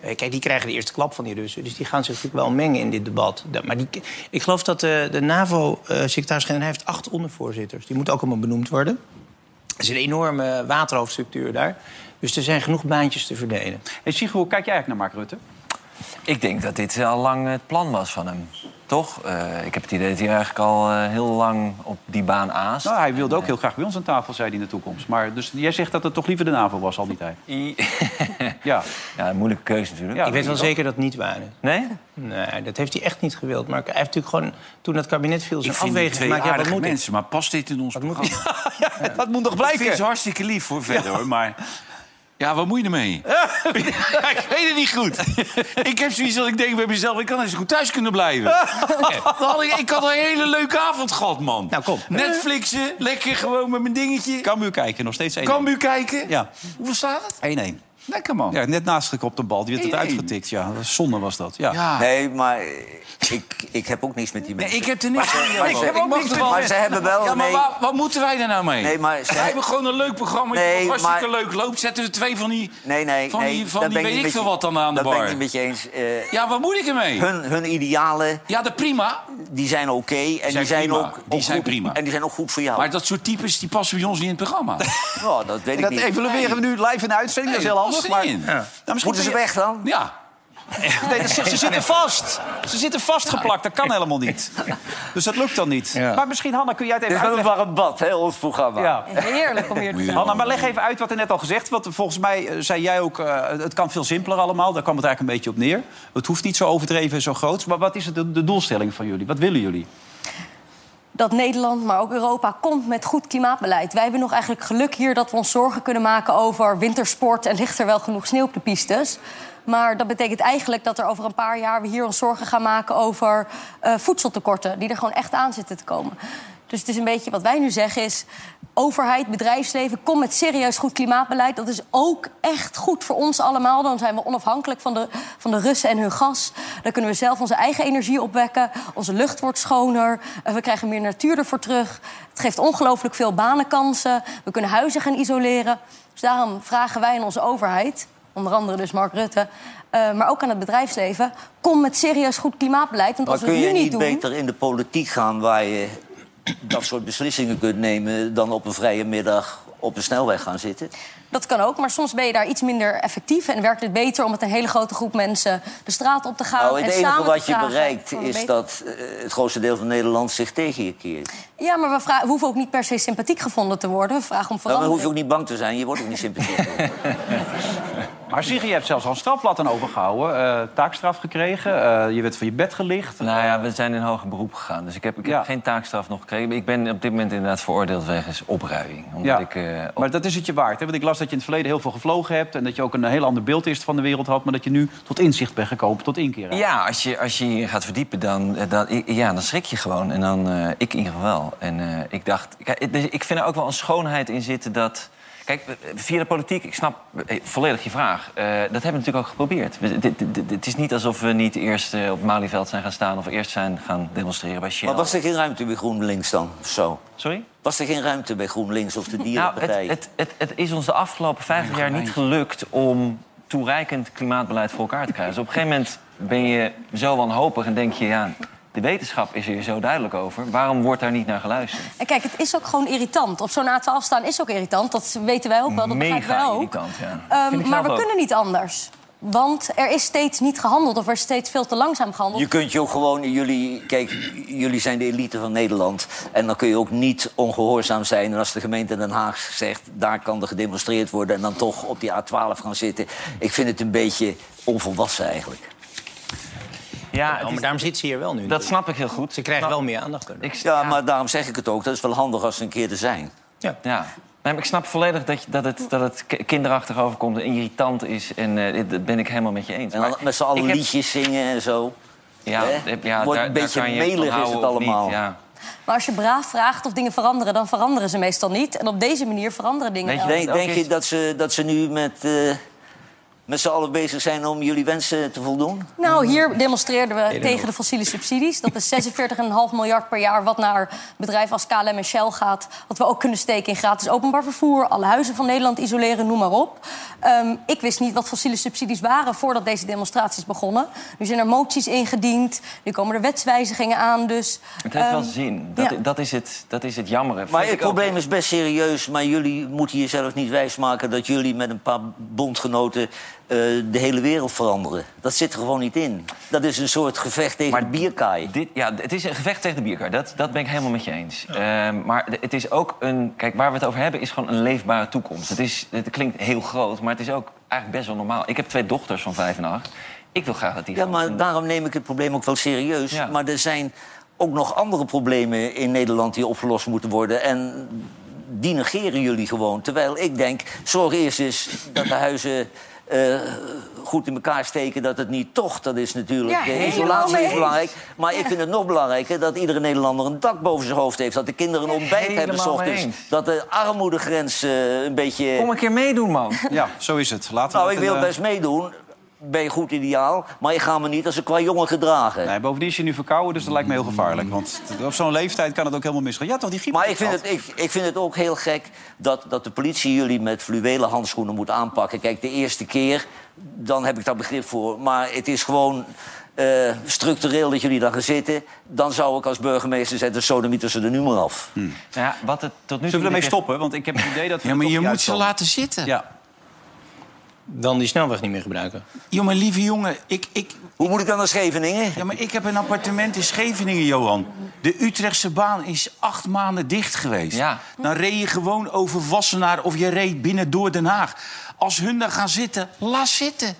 F: eh, Kijk, die krijgen de eerste klap van die Russen. Dus die gaan zich natuurlijk wel mengen in dit debat. Da- Maar die, ik geloof dat eh, de NAVO-secretaris-generaal heeft acht ondervoorzitters. Die moeten ook allemaal benoemd worden. Er is een enorme waterhoofdstructuur daar. Dus er zijn genoeg baantjes te verdelen.
A: Hey, Sigrid, hoe kijk jij eigenlijk naar Mark Rutte?
D: Ik denk dat dit al lang het plan was van hem. Toch? Eh, ik heb het idee dat hij eigenlijk al eh, heel lang op die baan aast.
A: Nou, hij wilde ook heel graag bij ons aan tafel, zei hij in de toekomst. Maar dus jij zegt dat het toch liever de NAVO was, al die tijd.
D: I-
A: Ja.
D: ja, een moeilijke keuze natuurlijk.
A: Ja.
F: ik weet wel zeker dat het niet waar is.
D: Nee?
F: Nee, dat heeft hij echt niet gewild. Maar hij heeft natuurlijk gewoon, toen dat kabinet viel,
C: Ik
F: zijn
C: vind die
F: afweging
C: twee
F: gemaakt. Ja, wat
C: aardige
F: moet ik?
C: mensen, maar past dit in ons
F: moet
C: programma?
A: Dat moet nog
C: Ik vind ze hartstikke lief voor verder, hoor, maar... Ja, wat moet je ermee? ik weet het niet goed. ik heb zoiets dat ik denk bij mezelf... ik kan eens goed thuis kunnen blijven. Dan had ik, ik had een hele leuke avond gehad, man.
F: Nou, kom.
C: Netflixen, lekker gewoon met mijn dingetje.
A: Cambuur kijken, nog steeds 1-1.
C: Cambuur kijken.
A: Ja,
C: Hoeveel staat het?
A: 1-1.
C: Lekker, man.
A: Ja, net naast gekopt een bal. Die werd het
C: 1-1.
A: uitgetikt. Ja, zonde was dat. Ja.
C: Ja.
B: Nee, maar ik, ik heb ook niks met die
C: Ah. Nee,
B: mensen.
C: ik heb er niks
B: Maar ze-
C: mee.
B: maar
C: Ik
B: ze-
C: heb ook
B: maar
C: niks
B: ze-
C: ervan.
B: Maar ze hebben wel...
C: Ja, maar
B: nee,
C: waar- wat moeten wij daar nou mee?
B: Nee, maar ze-
C: Wij hebben gewoon een leuk programma.
B: Nee,
C: Nee, hartstikke
B: maar-
C: leuk loopt. Zetten we twee van die...
B: nee, nee.
C: van
B: nee,
C: die, van
B: dat
C: die
B: ben
C: weet
B: niet
C: ik
B: met
C: veel
B: je-
C: wat dan aan de
B: dat
C: bar.
B: ben ik niet met je eens. Eh,
C: Ja, wat moet ik ermee?
B: hun, hun idealen,
C: Ja, dat prima.
B: die zijn oké. en
C: zijn
B: die zijn,
C: prima.
B: ook,
C: Die
B: ook
C: zijn
B: goed,
C: prima.
B: En die zijn ook goed voor jou.
C: Maar dat soort types die passen bij ons niet in het programma.
B: Nou, dat weet ik
A: Dat
B: niet.
A: evalueren we nu live in de uitzending.
C: Nee,
A: dat is heel
C: dat
A: handig.
C: past
A: Maar,
C: er niet in.
A: Nou, misschien
B: Moeten ze
A: ben je-
B: weg dan?
C: Ja.
A: Nee, dat- ze, ze zitten vast. Ze zitten vastgeplakt. Dat kan helemaal niet. Dus dat lukt dan niet. Maar misschien, Hanna, kun jij het
B: Dit
A: even
B: is wel een
A: uitleggen?
B: warm bad, hè, ons programma.
A: Ja.
E: Heerlijk om hier te zijn.
A: Hanna, maar leg even uit wat er net al gezegd werd. Want volgens mij eh, zei jij ook, eh, het kan veel simpeler allemaal. Daar kwam het eigenlijk een beetje op neer. Het hoeft niet zo overdreven en zo groot. Maar wat is het de, de doelstelling van jullie? Wat willen jullie?
E: dat Nederland, maar ook Europa, komt met goed klimaatbeleid. Wij hebben nog eigenlijk geluk hier dat we ons zorgen kunnen maken over wintersport... en ligt er wel genoeg sneeuw op de pistes. Maar dat betekent eigenlijk dat er over een paar jaar... we hier ons zorgen gaan maken over eh, voedseltekorten... die er gewoon echt aan zitten te komen. Dus het is een beetje wat wij nu zeggen is... overheid, bedrijfsleven, kom met serieus goed klimaatbeleid. Dat is ook echt goed voor ons allemaal. Dan zijn we onafhankelijk van de, van de Russen en hun gas. Dan kunnen we zelf onze eigen energie opwekken. Onze lucht wordt schoner. Eh, We krijgen meer natuur ervoor terug. Het geeft ongelooflijk veel banenkansen. We kunnen huizen gaan isoleren. Dus daarom vragen wij aan onze overheid... onder andere dus Mark Rutte... eh, maar ook aan het bedrijfsleven... kom met serieus goed klimaatbeleid. Want
B: Maar
E: als we
B: kun
E: het
B: je
E: nu
B: niet
E: niet doen...
B: beter in de politiek gaan waar je dat soort beslissingen kunt nemen... dan op een vrije middag op een snelweg gaan zitten?
E: Dat kan ook, maar soms ben je daar iets minder effectief... en werkt het beter om met een hele grote groep mensen de straat op te gaan...
B: Nou, het
E: en
B: enige
E: samen
B: wat
E: te
B: je
E: vragen
B: bereikt
E: om een
B: is
E: beter-
B: dat eh, het grootste deel van Nederland zich tegen je keert.
E: Ja, maar we, vra- we hoeven ook niet per se sympathiek gevonden te worden. We vragen om
B: Nou, dan
E: verandering.
B: hoef je ook niet bang te zijn, je wordt ook niet sympathiek.
A: Maar Sigrid, je hebt zelfs al een strafblad aan overgehouden. eh, taakstraf gekregen. eh, je werd van je bed gelicht.
D: Nou ja, we zijn in hoger beroep gegaan. Dus ik heb, ik
A: Ja.
D: heb geen taakstraf nog gekregen. Ik ben op dit moment inderdaad veroordeeld wegens opruiing. Omdat
A: Ja.
D: ik, eh, op-
A: Maar dat is het je waard. Hè? Want ik las dat je in het verleden heel veel gevlogen hebt... en dat je ook een heel ander beeld eerst van de wereld had... maar dat je nu tot inzicht bent gekomen, tot inkeer. eigenlijk.
D: Ja, als je, als je hierin gaat verdiepen, dan, eh, dan, i- ja, dan schrik je gewoon. En dan, eh, ik in ieder geval wel. En eh, ik dacht, kijk, het- dus ik vind er ook wel een schoonheid in zitten dat... Kijk, eh, via de politiek, ik snap eh, volledig je vraag. Eh, dat hebben we natuurlijk ook geprobeerd. We- dit- dit- dit- Het is niet alsof we niet eerst eh, op Malieveld zijn gaan staan... of eerst zijn gaan demonstreren bij Shell.
B: Maar was er geen ruimte bij GroenLinks dan, of zo?
D: Sorry?
B: Was er geen ruimte bij GroenLinks of de
D: Nou,
B: Dierenpartij?
D: het, het, het, het is ons de afgelopen 50 jaar niet gelukt om toereikend klimaatbeleid voor elkaar te krijgen. Dus op een gegeven moment ben je zo wanhopig en denk je, ja, de wetenschap is hier zo duidelijk over. Waarom wordt daar niet naar geluisterd?
E: En kijk, het is ook gewoon irritant. Op zo'n A12 staan is ook irritant. Dat weten wij ook wel, dat begrijpen wij
D: Mega
E: ook.
D: irritant, ja.
E: Ehm,
D: Vind ik
E: maar
D: zelf
E: we
D: ook.
E: kunnen niet anders. Want er is steeds niet gehandeld of er is steeds veel te langzaam gehandeld.
B: Je kunt je ook gewoon, jullie, kijk, jullie zijn de elite van Nederland. En dan kun je ook niet ongehoorzaam zijn. En als de gemeente Den Haag zegt, daar kan er gedemonstreerd worden. En dan toch op die A12 gaan zitten. Ik vind het een beetje onvolwassen eigenlijk.
D: Ja,
F: Nou,
D: het
F: maar
D: is-
F: daarom zit ze hier wel nu.
D: dat snap ik heel goed.
F: Ze krijgen
D: Nou,
F: wel meer aandacht. daardoor.
D: Ik,
B: Ja, maar daarom zeg ik het ook. Dat is wel handig als ze een keer er zijn.
F: Ja.
D: Ja. Nee, maar ik snap volledig dat, je, dat, het, dat het ki- kinderachtig overkomt en irritant is. En eh, dit- dat ben ik helemaal met je eens.
B: En dan
D: Maar
B: met z'n allen
D: ik heb-
B: liedjes zingen en zo.
D: Ja,
B: Hè?
D: ja, daar-
B: Wordt
D: daar,
B: een beetje
D: kan je van
B: melig is
D: houden
B: het
D: of niet,
B: allemaal.
D: ja.
E: Maar als je braaf vraagt of dingen veranderen, dan veranderen ze meestal niet. En op deze manier veranderen dingen
D: Weet je,
E: wel.
B: Denk,
D: ook
B: denk je
D: oh, is-
B: dat ze, dat ze nu met, eh, met z'n allen bezig zijn om jullie wensen te voldoen?
E: Nou, hier demonstreerden we tegen de fossiele subsidies. Dat is 46,5 miljard per jaar wat naar bedrijven als KLM en Shell gaat. Wat we ook kunnen steken in gratis openbaar vervoer. Alle huizen van Nederland isoleren, noem maar op. Ehm, ik wist niet wat fossiele subsidies waren voordat deze demonstraties begonnen. Nu zijn er moties ingediend. Nu komen er wetswijzigingen aan. Dus,
D: Het heeft wel
E: ehm,
D: zin. Dat,
E: ja.
D: dat is het, dat is het jammeren.
B: Maar
D: Vind
B: het
D: ik ook.
B: probleem is best serieus, maar jullie moeten jezelf niet wijsmaken dat jullie met een paar bondgenoten eh, de hele wereld veranderen. Dat zit er gewoon niet in. Dat is een soort gevecht tegen de bierkaai.
D: Dit, ja, het is een gevecht tegen de bierkar. Dat, dat ben ik helemaal met je eens. Ehm, maar de- het is ook een... Kijk, waar we het over hebben is gewoon een leefbare toekomst. Het, is, het klinkt heel groot, maar het is ook eigenlijk best wel normaal. Ik heb twee dochters van vijf en acht. Ik wil graag dat die...
B: Ja,
D: gewoon
B: maar
D: een-
B: daarom neem ik het probleem ook wel serieus.
D: Ja.
B: Maar er zijn ook nog andere problemen in Nederland die opgelost moeten worden. En die negeren jullie gewoon. Terwijl ik denk, zorg eerst eens dat de huizen eh, goed in elkaar steken... dat het niet toch, dat is natuurlijk...
E: Ja,
B: eh,
E: helemaal
B: isolatie
E: mee
B: is
E: eens.
B: belangrijk. Maar ik vind het nog belangrijker dat iedere Nederlander een dak boven zijn hoofd heeft. Dat de kinderen een ontbijt hebben s
D: helemaal mee
B: ochtends.
D: eens.
B: Dat de armoedegrens eh, een beetje...
D: Kom een keer meedoen, man.
A: Ja, zo is het. Laten
B: nou,
A: we
B: ik
A: dat
B: wil
A: in, eh,
B: best meedoen. Ben je goed ideaal, maar ik ga me niet als een qua jongen gedragen.
A: eh, Nee, bovendien is je nu verkouden, dus dat lijkt me heel gevaarlijk. Want op zo'n leeftijd kan het ook helemaal misgaan. Ja, toch, die griep.
B: Maar ik vind, het, ik, ik vind het ook heel gek dat, dat de politie jullie met fluwelen handschoenen moet aanpakken. Kijk, de eerste keer, dan heb ik daar begrip voor. Maar het is gewoon eh, structureel dat jullie daar gaan zitten. Dan zou ik als burgemeester zetten, sodomieten ze er nu maar af.
D: Nou ja, wat het tot
A: Zullen
D: nu toe...
A: we ermee
D: niet
A: stoppen? Want ik heb het idee dat we
C: Ja,
A: er
C: maar
A: toch
C: je
A: niet
C: moet ze
A: uitkomen.
C: laten zitten.
A: Ja.
F: Dan die snelweg niet meer gebruiken.
C: Ja, maar lieve jongen, ik, ik,
B: Hoe moet ik dan naar Scheveningen?
C: Ja, maar ik heb een appartement in Scheveningen, Johan. De Utrechtse baan is acht maanden dicht geweest.
D: Ja.
C: Dan reed je gewoon over Wassenaar of je reed binnen door Den Haag. Als hun daar gaan zitten, laat zitten.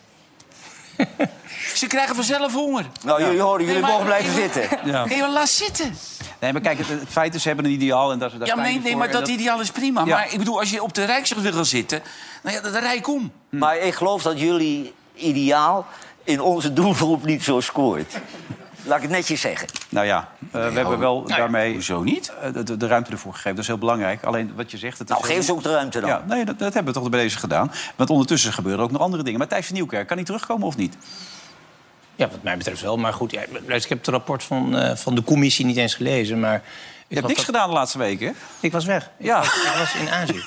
C: Ze krijgen vanzelf honger.
B: Nou, jullie horen, jullie
C: maar-
B: mogen blijven zitten.
A: Ja.
C: Nee, maar laat zitten.
A: Nee, maar kijk, het, het feit is, ze hebben een ideaal. En daar, daar
C: Ja,
A: staan
C: nee,
A: jullie
C: nee,
A: voor
C: maar
A: en
C: dat ideaal is prima.
A: Ja.
C: Maar ik bedoel, als je op de Rijksweg wil gaan zitten... Nou ja, dan rij ik om.
B: Maar ik geloof dat jullie ideaal in onze doelgroep niet zo scoort. Laat ik het netjes zeggen.
A: Nou ja, eh, we
B: oh.
A: hebben wel
B: Nou
A: daarmee
C: Hoezo niet?
A: eh, de, de ruimte ervoor gegeven. Dat is heel belangrijk. Alleen wat je zegt... Het is
B: Nou,
A: heel-
B: geef ze ook de ruimte dan.
A: Ja, nee, dat, dat hebben we toch bij deze gedaan. Want ondertussen gebeuren ook nog andere dingen. Maar Thijs van Nieuwkerk, kan hij terugkomen of niet?
F: Ja, wat mij betreft wel. Maar goed, ja, luister, ik heb het rapport van, eh, van de commissie niet eens gelezen. Maar ik
A: Je hebt
F: geloof
A: niks
F: dat-
A: gedaan de laatste weken. hè?
F: Ik was weg.
A: Ja.
F: Ik, was, ik was in Azië.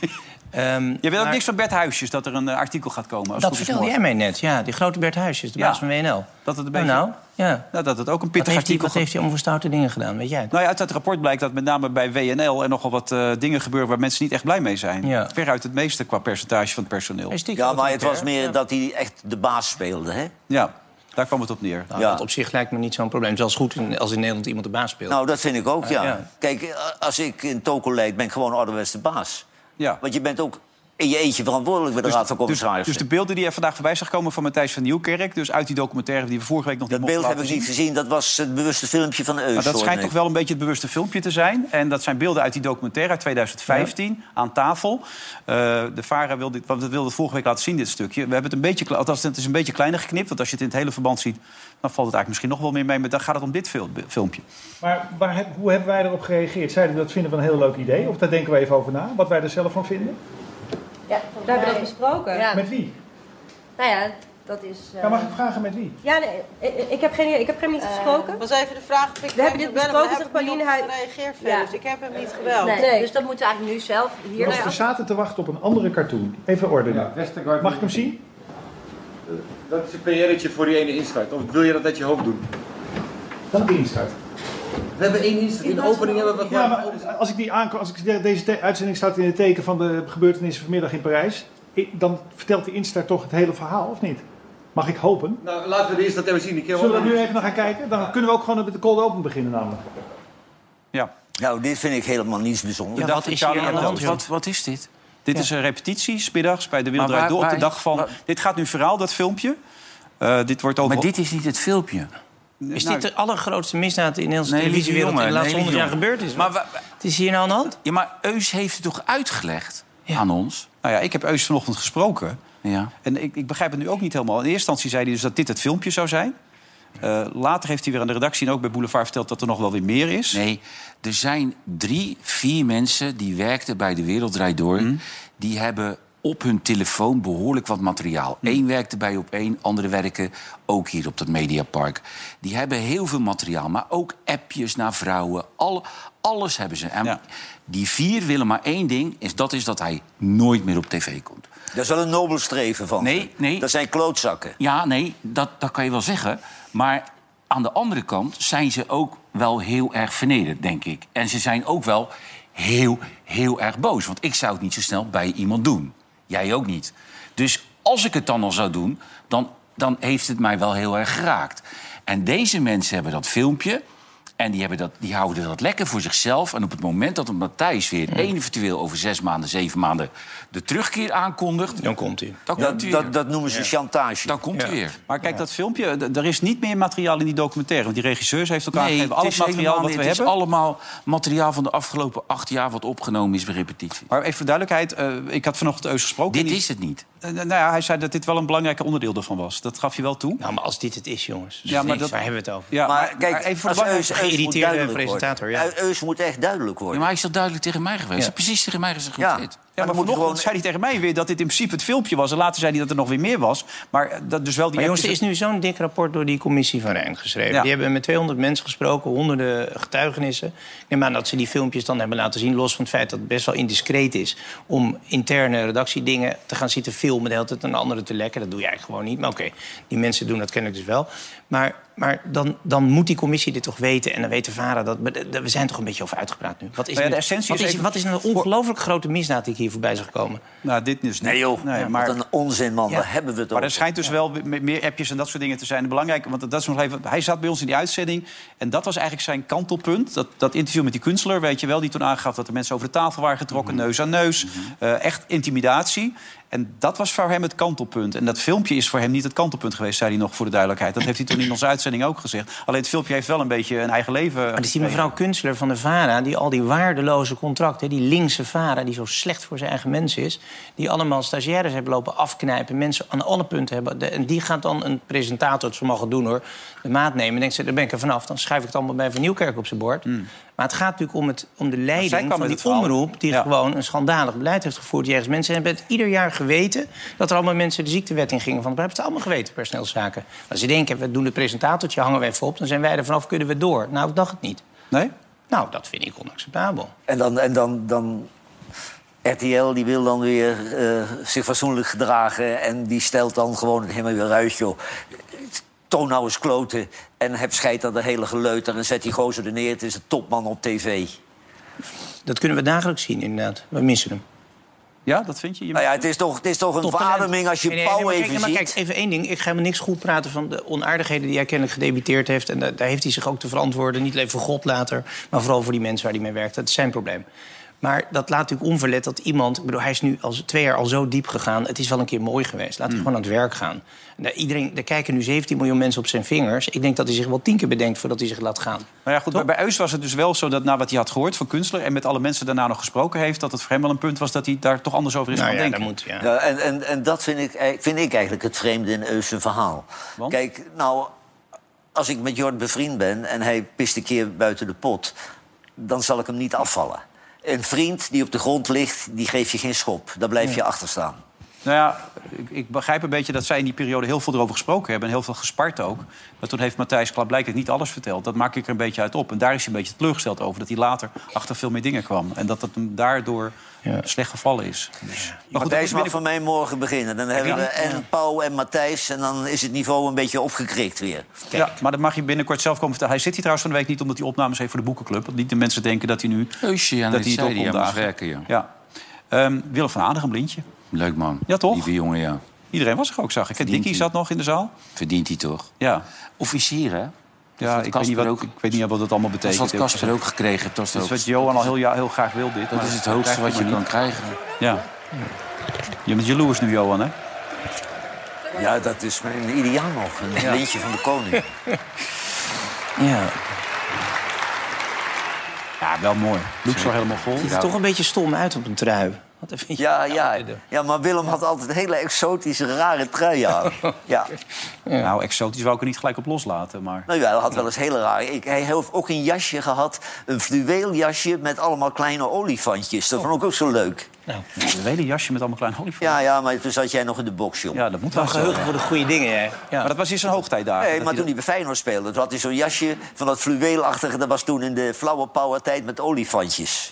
F: Ehm,
A: Je weet ook
F: maar-
A: niks van Bert Huisjes, dat er een eh, artikel gaat komen. Als het
F: Dat
A: goed is
F: vertelde jij
A: morgen.
F: mij net, ja. Die grote Bert Huisjes, de
A: Ja.
F: baas van WNL.
A: Dat het een
F: Nou,
A: beetje-
F: Nou, ja.
A: Nou, dat het ook een
F: Wat
A: pittig
F: heeft, hij,
A: artikel
F: wat heeft hij allemaal voor stoute dingen gedaan, weet jij?
A: Nou ja, uit het rapport blijkt dat met name bij WNL er nogal wat eh, dingen gebeuren waar mensen niet echt blij mee zijn.
F: Ja.
A: Veruit het meeste qua percentage van het personeel.
F: Hij is stiekem
B: Ja,
F: ook
B: maar
F: een
B: het was
F: per.
B: meer dat hij echt de baas speelde, hè?
A: Ja, daar kwam het op neer.
F: Nou,
B: Ja.
F: Dat op zich lijkt me niet zo'n probleem. Zelfs goed in- als in Nederland iemand de baas speelt.
B: Nou, dat vind ik ook, ja.
F: ja.
B: Kijk, eh, als ik in toko leid, ben ik gewoon ouderwets de baas.
A: Ja.
B: Want je bent ook in je eentje verantwoordelijk bij de Raad van
A: dus,
B: Commissarissen.
A: dus de beelden die er vandaag voorbij zijn gekomen van Matthijs van Nieuwkerk... dus uit die documentaire die we vorige week nog
B: dat
A: niet mochten
B: beeld heb ik
A: laten
B: niet
A: zien.
B: gezien. Dat was het bewuste filmpje van Eus.
A: Maar dat
B: hoor,
A: schijnt
B: nee.
A: toch wel een beetje het bewuste filmpje te zijn. En dat zijn beelden uit die documentaire uit 2015 aan tafel. Eh, de VARA wil dit, want we wilden het vorige week laten zien, dit stukje. We hebben het een beetje, kle- althans, het is een beetje kleiner geknipt. Want als je het in het hele verband ziet, dan valt het eigenlijk misschien nog wel meer mee. Maar dan gaat het om dit fil- filmpje.
J: Maar waar heb- hoe hebben wij erop gereageerd? Zeiden we dat vinden we een heel leuk idee? Of daar denken we even over na? Wat wij er zelf van vinden?
K: Ja, we hebben dat besproken.
J: Met wie?
K: Nou ja, dat is. eh,
J: Ja, mag ik vragen met wie?
K: Ja, nee, ik, ik heb geen idee. Ik heb hem niet gesproken.
L: was even de vraag of Eh, ik
K: We hebben
L: hem
K: dit
L: wilde bellen, maar
K: besproken, zegt
L: hij heeft
K: Pauline.
L: niet
K: Hij-
L: op gereageerd
K: Ja.
L: verder, dus ik heb hem niet gebeld.
K: nee. Dus dat moeten we eigenlijk nu zelf hier.
J: Jongens, we
D: Nou,
J: zaten te wachten op een andere cartoon. Even ordenen. Mag ik hem zien?
G: Dat is een PR'tje voor die ene instart. Of wil je dat uit je hoofd doen?
J: Dan de instart.
G: We hebben één instart. In de opening hebben we wat
J: Ja, maar als ik, die aanko- als ik de- deze te- uitzending staat in het teken van de gebeurtenissen vanmiddag in Parijs... ik- dan vertelt die instart toch het hele verhaal, of niet? Mag ik hopen?
G: Nou, laten we de instart even zien. Die keer
J: Zullen we daar nu even naar gaan kijken? Dan kunnen we ook gewoon met de cold open beginnen namelijk.
A: Ja.
B: Nou, dit vind ik helemaal niets bijzonders.
A: Ja, wat is hier aan de hand,
C: Wat, wat is dit?
A: Dit is een repetitie, 's middags bij de
C: Maar
A: Wereld Draait
C: waar-
A: Door. Op de
C: waar-
A: dag van...
C: waar-
A: dit gaat nu verhaal, dat filmpje. Eh, dit wordt over...
C: Maar dit is niet het filmpje.
F: Is dit de allergrootste misdaad in de Nederlandse
C: Nee, lieve
F: televisiewereld... die in
C: jongen,
F: de laatste
C: nee,
F: honderd jaar
C: lieve
F: gebeurd is?
C: Maar
F: Wat
C: wa-
F: wat is hier nou aan de hand?
C: Ja, maar Eus heeft het toch uitgelegd aan ons?
A: Nou ja, ik heb Eus vanochtend gesproken.
C: Ja.
A: En ik, ik begrijp het nu ook niet helemaal. In eerste instantie zei hij dus dat dit het filmpje zou zijn. Eh, later heeft hij weer aan de redactie en ook bij Boulevard verteld dat er nog wel weer meer is.
C: Nee, er zijn drie, vier mensen die werkten bij De Wereld Draait Door... die hebben op hun telefoon behoorlijk wat materiaal. Eén werkte bij op één, andere werken ook hier op dat Mediapark. Die hebben heel veel materiaal, maar ook appjes naar vrouwen. Al, alles hebben ze. En die vier willen maar één ding, is dat is dat hij nooit meer op tv komt.
B: Dat is wel een nobel streven van
C: Nee, nee. Dat
B: zijn klootzakken.
C: Ja, nee, dat, dat kan je wel zeggen. Maar aan de andere kant zijn ze ook wel heel erg vernederd, denk ik. En ze zijn ook wel heel, heel erg boos. Want ik zou het niet zo snel bij iemand doen. Jij ook niet. Dus als ik het dan al zou doen, dan, dan heeft het mij wel heel erg geraakt. En deze mensen hebben dat filmpje. En die, hebben dat, die houden dat lekker voor zichzelf. En op het moment dat een Matthijs weer eventueel over zes maanden, zeven maanden de terugkeer aankondigt.
F: Dan komt hij.
C: Dan
A: Dat-
C: komt hij
A: dat-
C: weer.
A: dat noemen ze chantage.
C: Dan komt hij weer.
A: Maar kijk, dat filmpje, d- er is niet meer materiaal in die documentaire. Want die regisseurs heeft elkaar
C: Nee,
A: aangegeven...
C: het
A: al
C: is
A: het materiaal
C: helemaal
A: wat
C: niet-
A: we
C: het is
A: hebben...
C: allemaal materiaal van de afgelopen acht jaar... wat opgenomen is bij repetitie.
A: Maar even voor duidelijkheid, eh, ik had vanochtend Eus gesproken. Dit
C: is het niet.
A: nou ja, hij zei dat dit wel een belangrijk onderdeel ervan was. Dat gaf je wel toe.
F: Nou, maar als dit het is, jongens.
A: Ja, maar dat,
F: Waar hebben we het over?
A: Ja, maar,
B: kijk,
A: kijk, even voor de
B: als
A: belangrijkheid.
B: Eus, Eus moet
F: Geïrriteerde
B: duidelijk worden.
F: presentator, ja.
B: Eu- Eus moet echt duidelijk worden.
C: Ja, maar hij is toch duidelijk tegen mij geweest?
A: Ja.
C: Hij is precies tegen mij gezegd hoe
A: Ja.
C: het zit.
A: Ja, maar vanochtend zei hij tegen mij weer dat dit in principe het filmpje was. En later zei hij dat er nog weer meer was. Maar eh, dat dus wel die...
F: Maar jongens, er is
A: appjes-
F: nu zo'n dik rapport door die commissie van Rijn geschreven.
A: Ja.
F: Die hebben met 200 mensen gesproken, honderden getuigenissen. Ik neem aan dat ze die filmpjes dan hebben laten zien... los van het feit dat het best wel indiscreet is... om interne redactiedingen te gaan zitten filmen... de hele tijd aan anderen te lekken. Dat doe jij gewoon niet. Maar oké, die mensen doen dat kennelijk dus wel. Maar, maar dan, dan moet die commissie dit toch weten. En dan weten VARA dat... maar dat- We zijn toch een beetje over uitgepraat nu. Wat is,
A: Nou ja, de
F: nu-
A: essentie
F: wat
A: is
F: is,
A: even-
F: wat is een ongelooflijk grote misdaad die ik hier voorbij zag komen?
A: Nou, dit is
B: Nee joh,
A: Nee, maar-
B: wat een onzin man,
A: Ja.
B: daar hebben we het
A: Maar er
B: over.
A: schijnt dus wel me- meer appjes en dat soort dingen te zijn. Belangrijk, want dat is nog even. Hij zat bij ons in die uitzending. En dat was eigenlijk zijn kantelpunt. Dat, dat interview met die kunstler, weet je wel, die toen aangaf dat er mensen over de tafel waren getrokken, neus aan neus. Eh, echt intimidatie. En dat was voor hem het kantelpunt. En dat filmpje is voor hem niet het kantelpunt geweest, zei hij nog voor de duidelijkheid. Dat heeft hij toen in onze uitzending ook gezegd. Alleen het filmpje heeft wel een beetje een eigen leven.
F: Maar dat is die mevrouw Kunstler van de VARA... die al die waardeloze contracten, die linkse VARA... die zo slecht voor zijn eigen mensen is... die allemaal stagiaires hebben lopen afknijpen... mensen aan alle punten hebben... De- en die gaat dan een presentator, het ze mogen doen hoor... de maat nemen en denkt ze, daar ben ik er vanaf... dan schuif ik het allemaal bij Van Nieuwkerk op zijn bord. Maar het gaat natuurlijk om, het, om de
A: kwam
F: leiding
A: met
F: van die
A: het verhaal.
F: omroep... die
A: Ja.
F: gewoon een schandalig beleid heeft gevoerd jegens mensen. En hebben het ieder jaar geweten dat er allemaal mensen de ziektewet in gingen. Van, we hebben het allemaal geweten, personeelszaken. Maar ze denken, we doen het presentatortje, hangen we even op... dan zijn wij er vanaf, kunnen we door. Nou, ik dacht het niet.
A: Nee?
F: Nou, dat vind ik onacceptabel.
B: En dan, en dan, dan RTL die wil dan weer eh, zich fatsoenlijk gedragen en die stelt dan gewoon het helemaal weer uit, joh. Toon nou eens kloten en heb scheid aan de hele geleuter en zet die gozer er neer. Het is de topman op tv.
F: Dat kunnen we dagelijks zien, inderdaad. We missen hem.
A: Ja, dat vind je? je
B: Nou ja, het is toch, het is toch een
F: talent.
B: verademing als je
F: Nee, nee,
B: Pauw
F: nee, maar
B: even
F: kijk, nee, maar
B: ziet.
F: kijk, even één ding. Ik ga me niks goed praten van de onaardigheden die hij kennelijk gedebiteerd heeft. En da- daar heeft hij zich ook te verantwoorden. Niet alleen voor God later, maar vooral voor die mensen waar hij mee werkt. Dat is zijn probleem. Maar dat laat natuurlijk onverlet dat iemand... Ik bedoel, hij is nu al z- twee jaar al zo diep gegaan. Het is wel een keer mooi geweest.
B: Mm.
F: Laat hij gewoon aan het werk gaan. En daar- iedereen, daar kijken nu 17 miljoen mensen op zijn vingers. Ik denk dat hij zich wel tien keer bedenkt voordat hij zich laat gaan.
A: Nou ja, goed, bij- bij Eus was het dus wel zo dat na wat hij had gehoord van Kunstler... en met alle mensen daarna nog gesproken heeft... dat het voor hem wel een punt was dat hij daar toch anders over is gaan denken.
B: Nou Ja, en, en, en dat vind ik, ei- vind ik eigenlijk het vreemde in Eus' zijn verhaal. Kijk, nou, als ik met Jord bevriend ben en hij pist een keer buiten de pot... dan zal ik hem niet afvallen. Een vriend die op de grond ligt, die geeft je geen schop. Daar blijf je achter staan.
A: Nou ja, ik, ik begrijp een beetje dat zij in die periode heel veel erover gesproken hebben... en heel veel gespart ook. Maar toen heeft Matthijs klaarblijkelijk niet alles verteld. Dat maak ik er een beetje uit op. En daar is hij een beetje teleurgesteld over. Dat hij later achter veel meer dingen kwam. En dat dat hem daardoor slecht gevallen is. Dus,
B: Maar Matthijs mag van mij morgen beginnen. Dan hebben we en Pauw en Matthijs... en dan is het niveau een beetje opgekrikt weer.
A: Ja, maar dat mag je binnenkort zelf komen vertellen. Hij zit hier trouwens van de week niet omdat hij opnames heeft voor de boekenclub. Want niet de mensen denken dat hij nu...
C: Heusje, ja,
A: dat
C: dat
A: hij het
C: zei
A: ook
C: hij, ja,
A: opdaagt.
C: moest werken, ja.
A: ja. Ehm, Willem van Aardig, een blindje.
C: Leuk man.
A: Ja, toch?
C: Lieve jongen, ja.
A: Iedereen was er ook, zag ik. En
C: Verdient
A: Dickie
C: hij.
A: zat nog in de zaal.
C: Verdient hij toch?
A: Ja.
C: Officier, hè?
A: Ja, ik weet, niet wat, ik weet niet wat dat allemaal betekent.
C: Dat had Kasper ook gekregen. Dat
A: Dat
C: is,
A: is
C: het
A: wat
C: hoogste-
A: Johan al heel, ja- heel graag wil, dit.
C: dat
A: maar
C: is het hoogste
A: krijgt
C: wat
A: hij
C: je
A: maar
C: kan
A: niet.
C: krijgen.
A: Ja. Je bent jaloers nu, Johan, hè?
B: Ja, dat is mijn ideaal nog. Een
A: Ja.
B: lintje van de koning.
F: Ja.
A: Ja, wel mooi. Looks wel helemaal vol.
F: Het ziet er toch een beetje stom uit op een trui.
B: Ja, ja, ja, maar Willem had altijd hele exotische, rare truien aan. Ja.
A: Nou, exotisch wou ik er niet gelijk op loslaten, maar...
B: Nou ja, hij had wel eens heel raar. Ik, hij heeft ook een jasje gehad, een fluweeljasje met allemaal kleine olifantjes. Dat vond ik ook zo leuk.
A: Nou, een hele jasje met allemaal kleine olifantjes.
B: Ja, ja, maar toen zat jij nog in de box, jongen.
A: Ja, dat moet wel Wel zo, geheugen ja. voor de
F: goede dingen, hè?
A: Maar dat was in zijn hoogtijdagen.
B: Nee,
A: dat
B: maar
A: hij
B: toen hij bij Feyenoord speelde, toen had hij zo'n jasje van dat fluweelachtige. Dat was toen in de flauwe power tijd met olifantjes.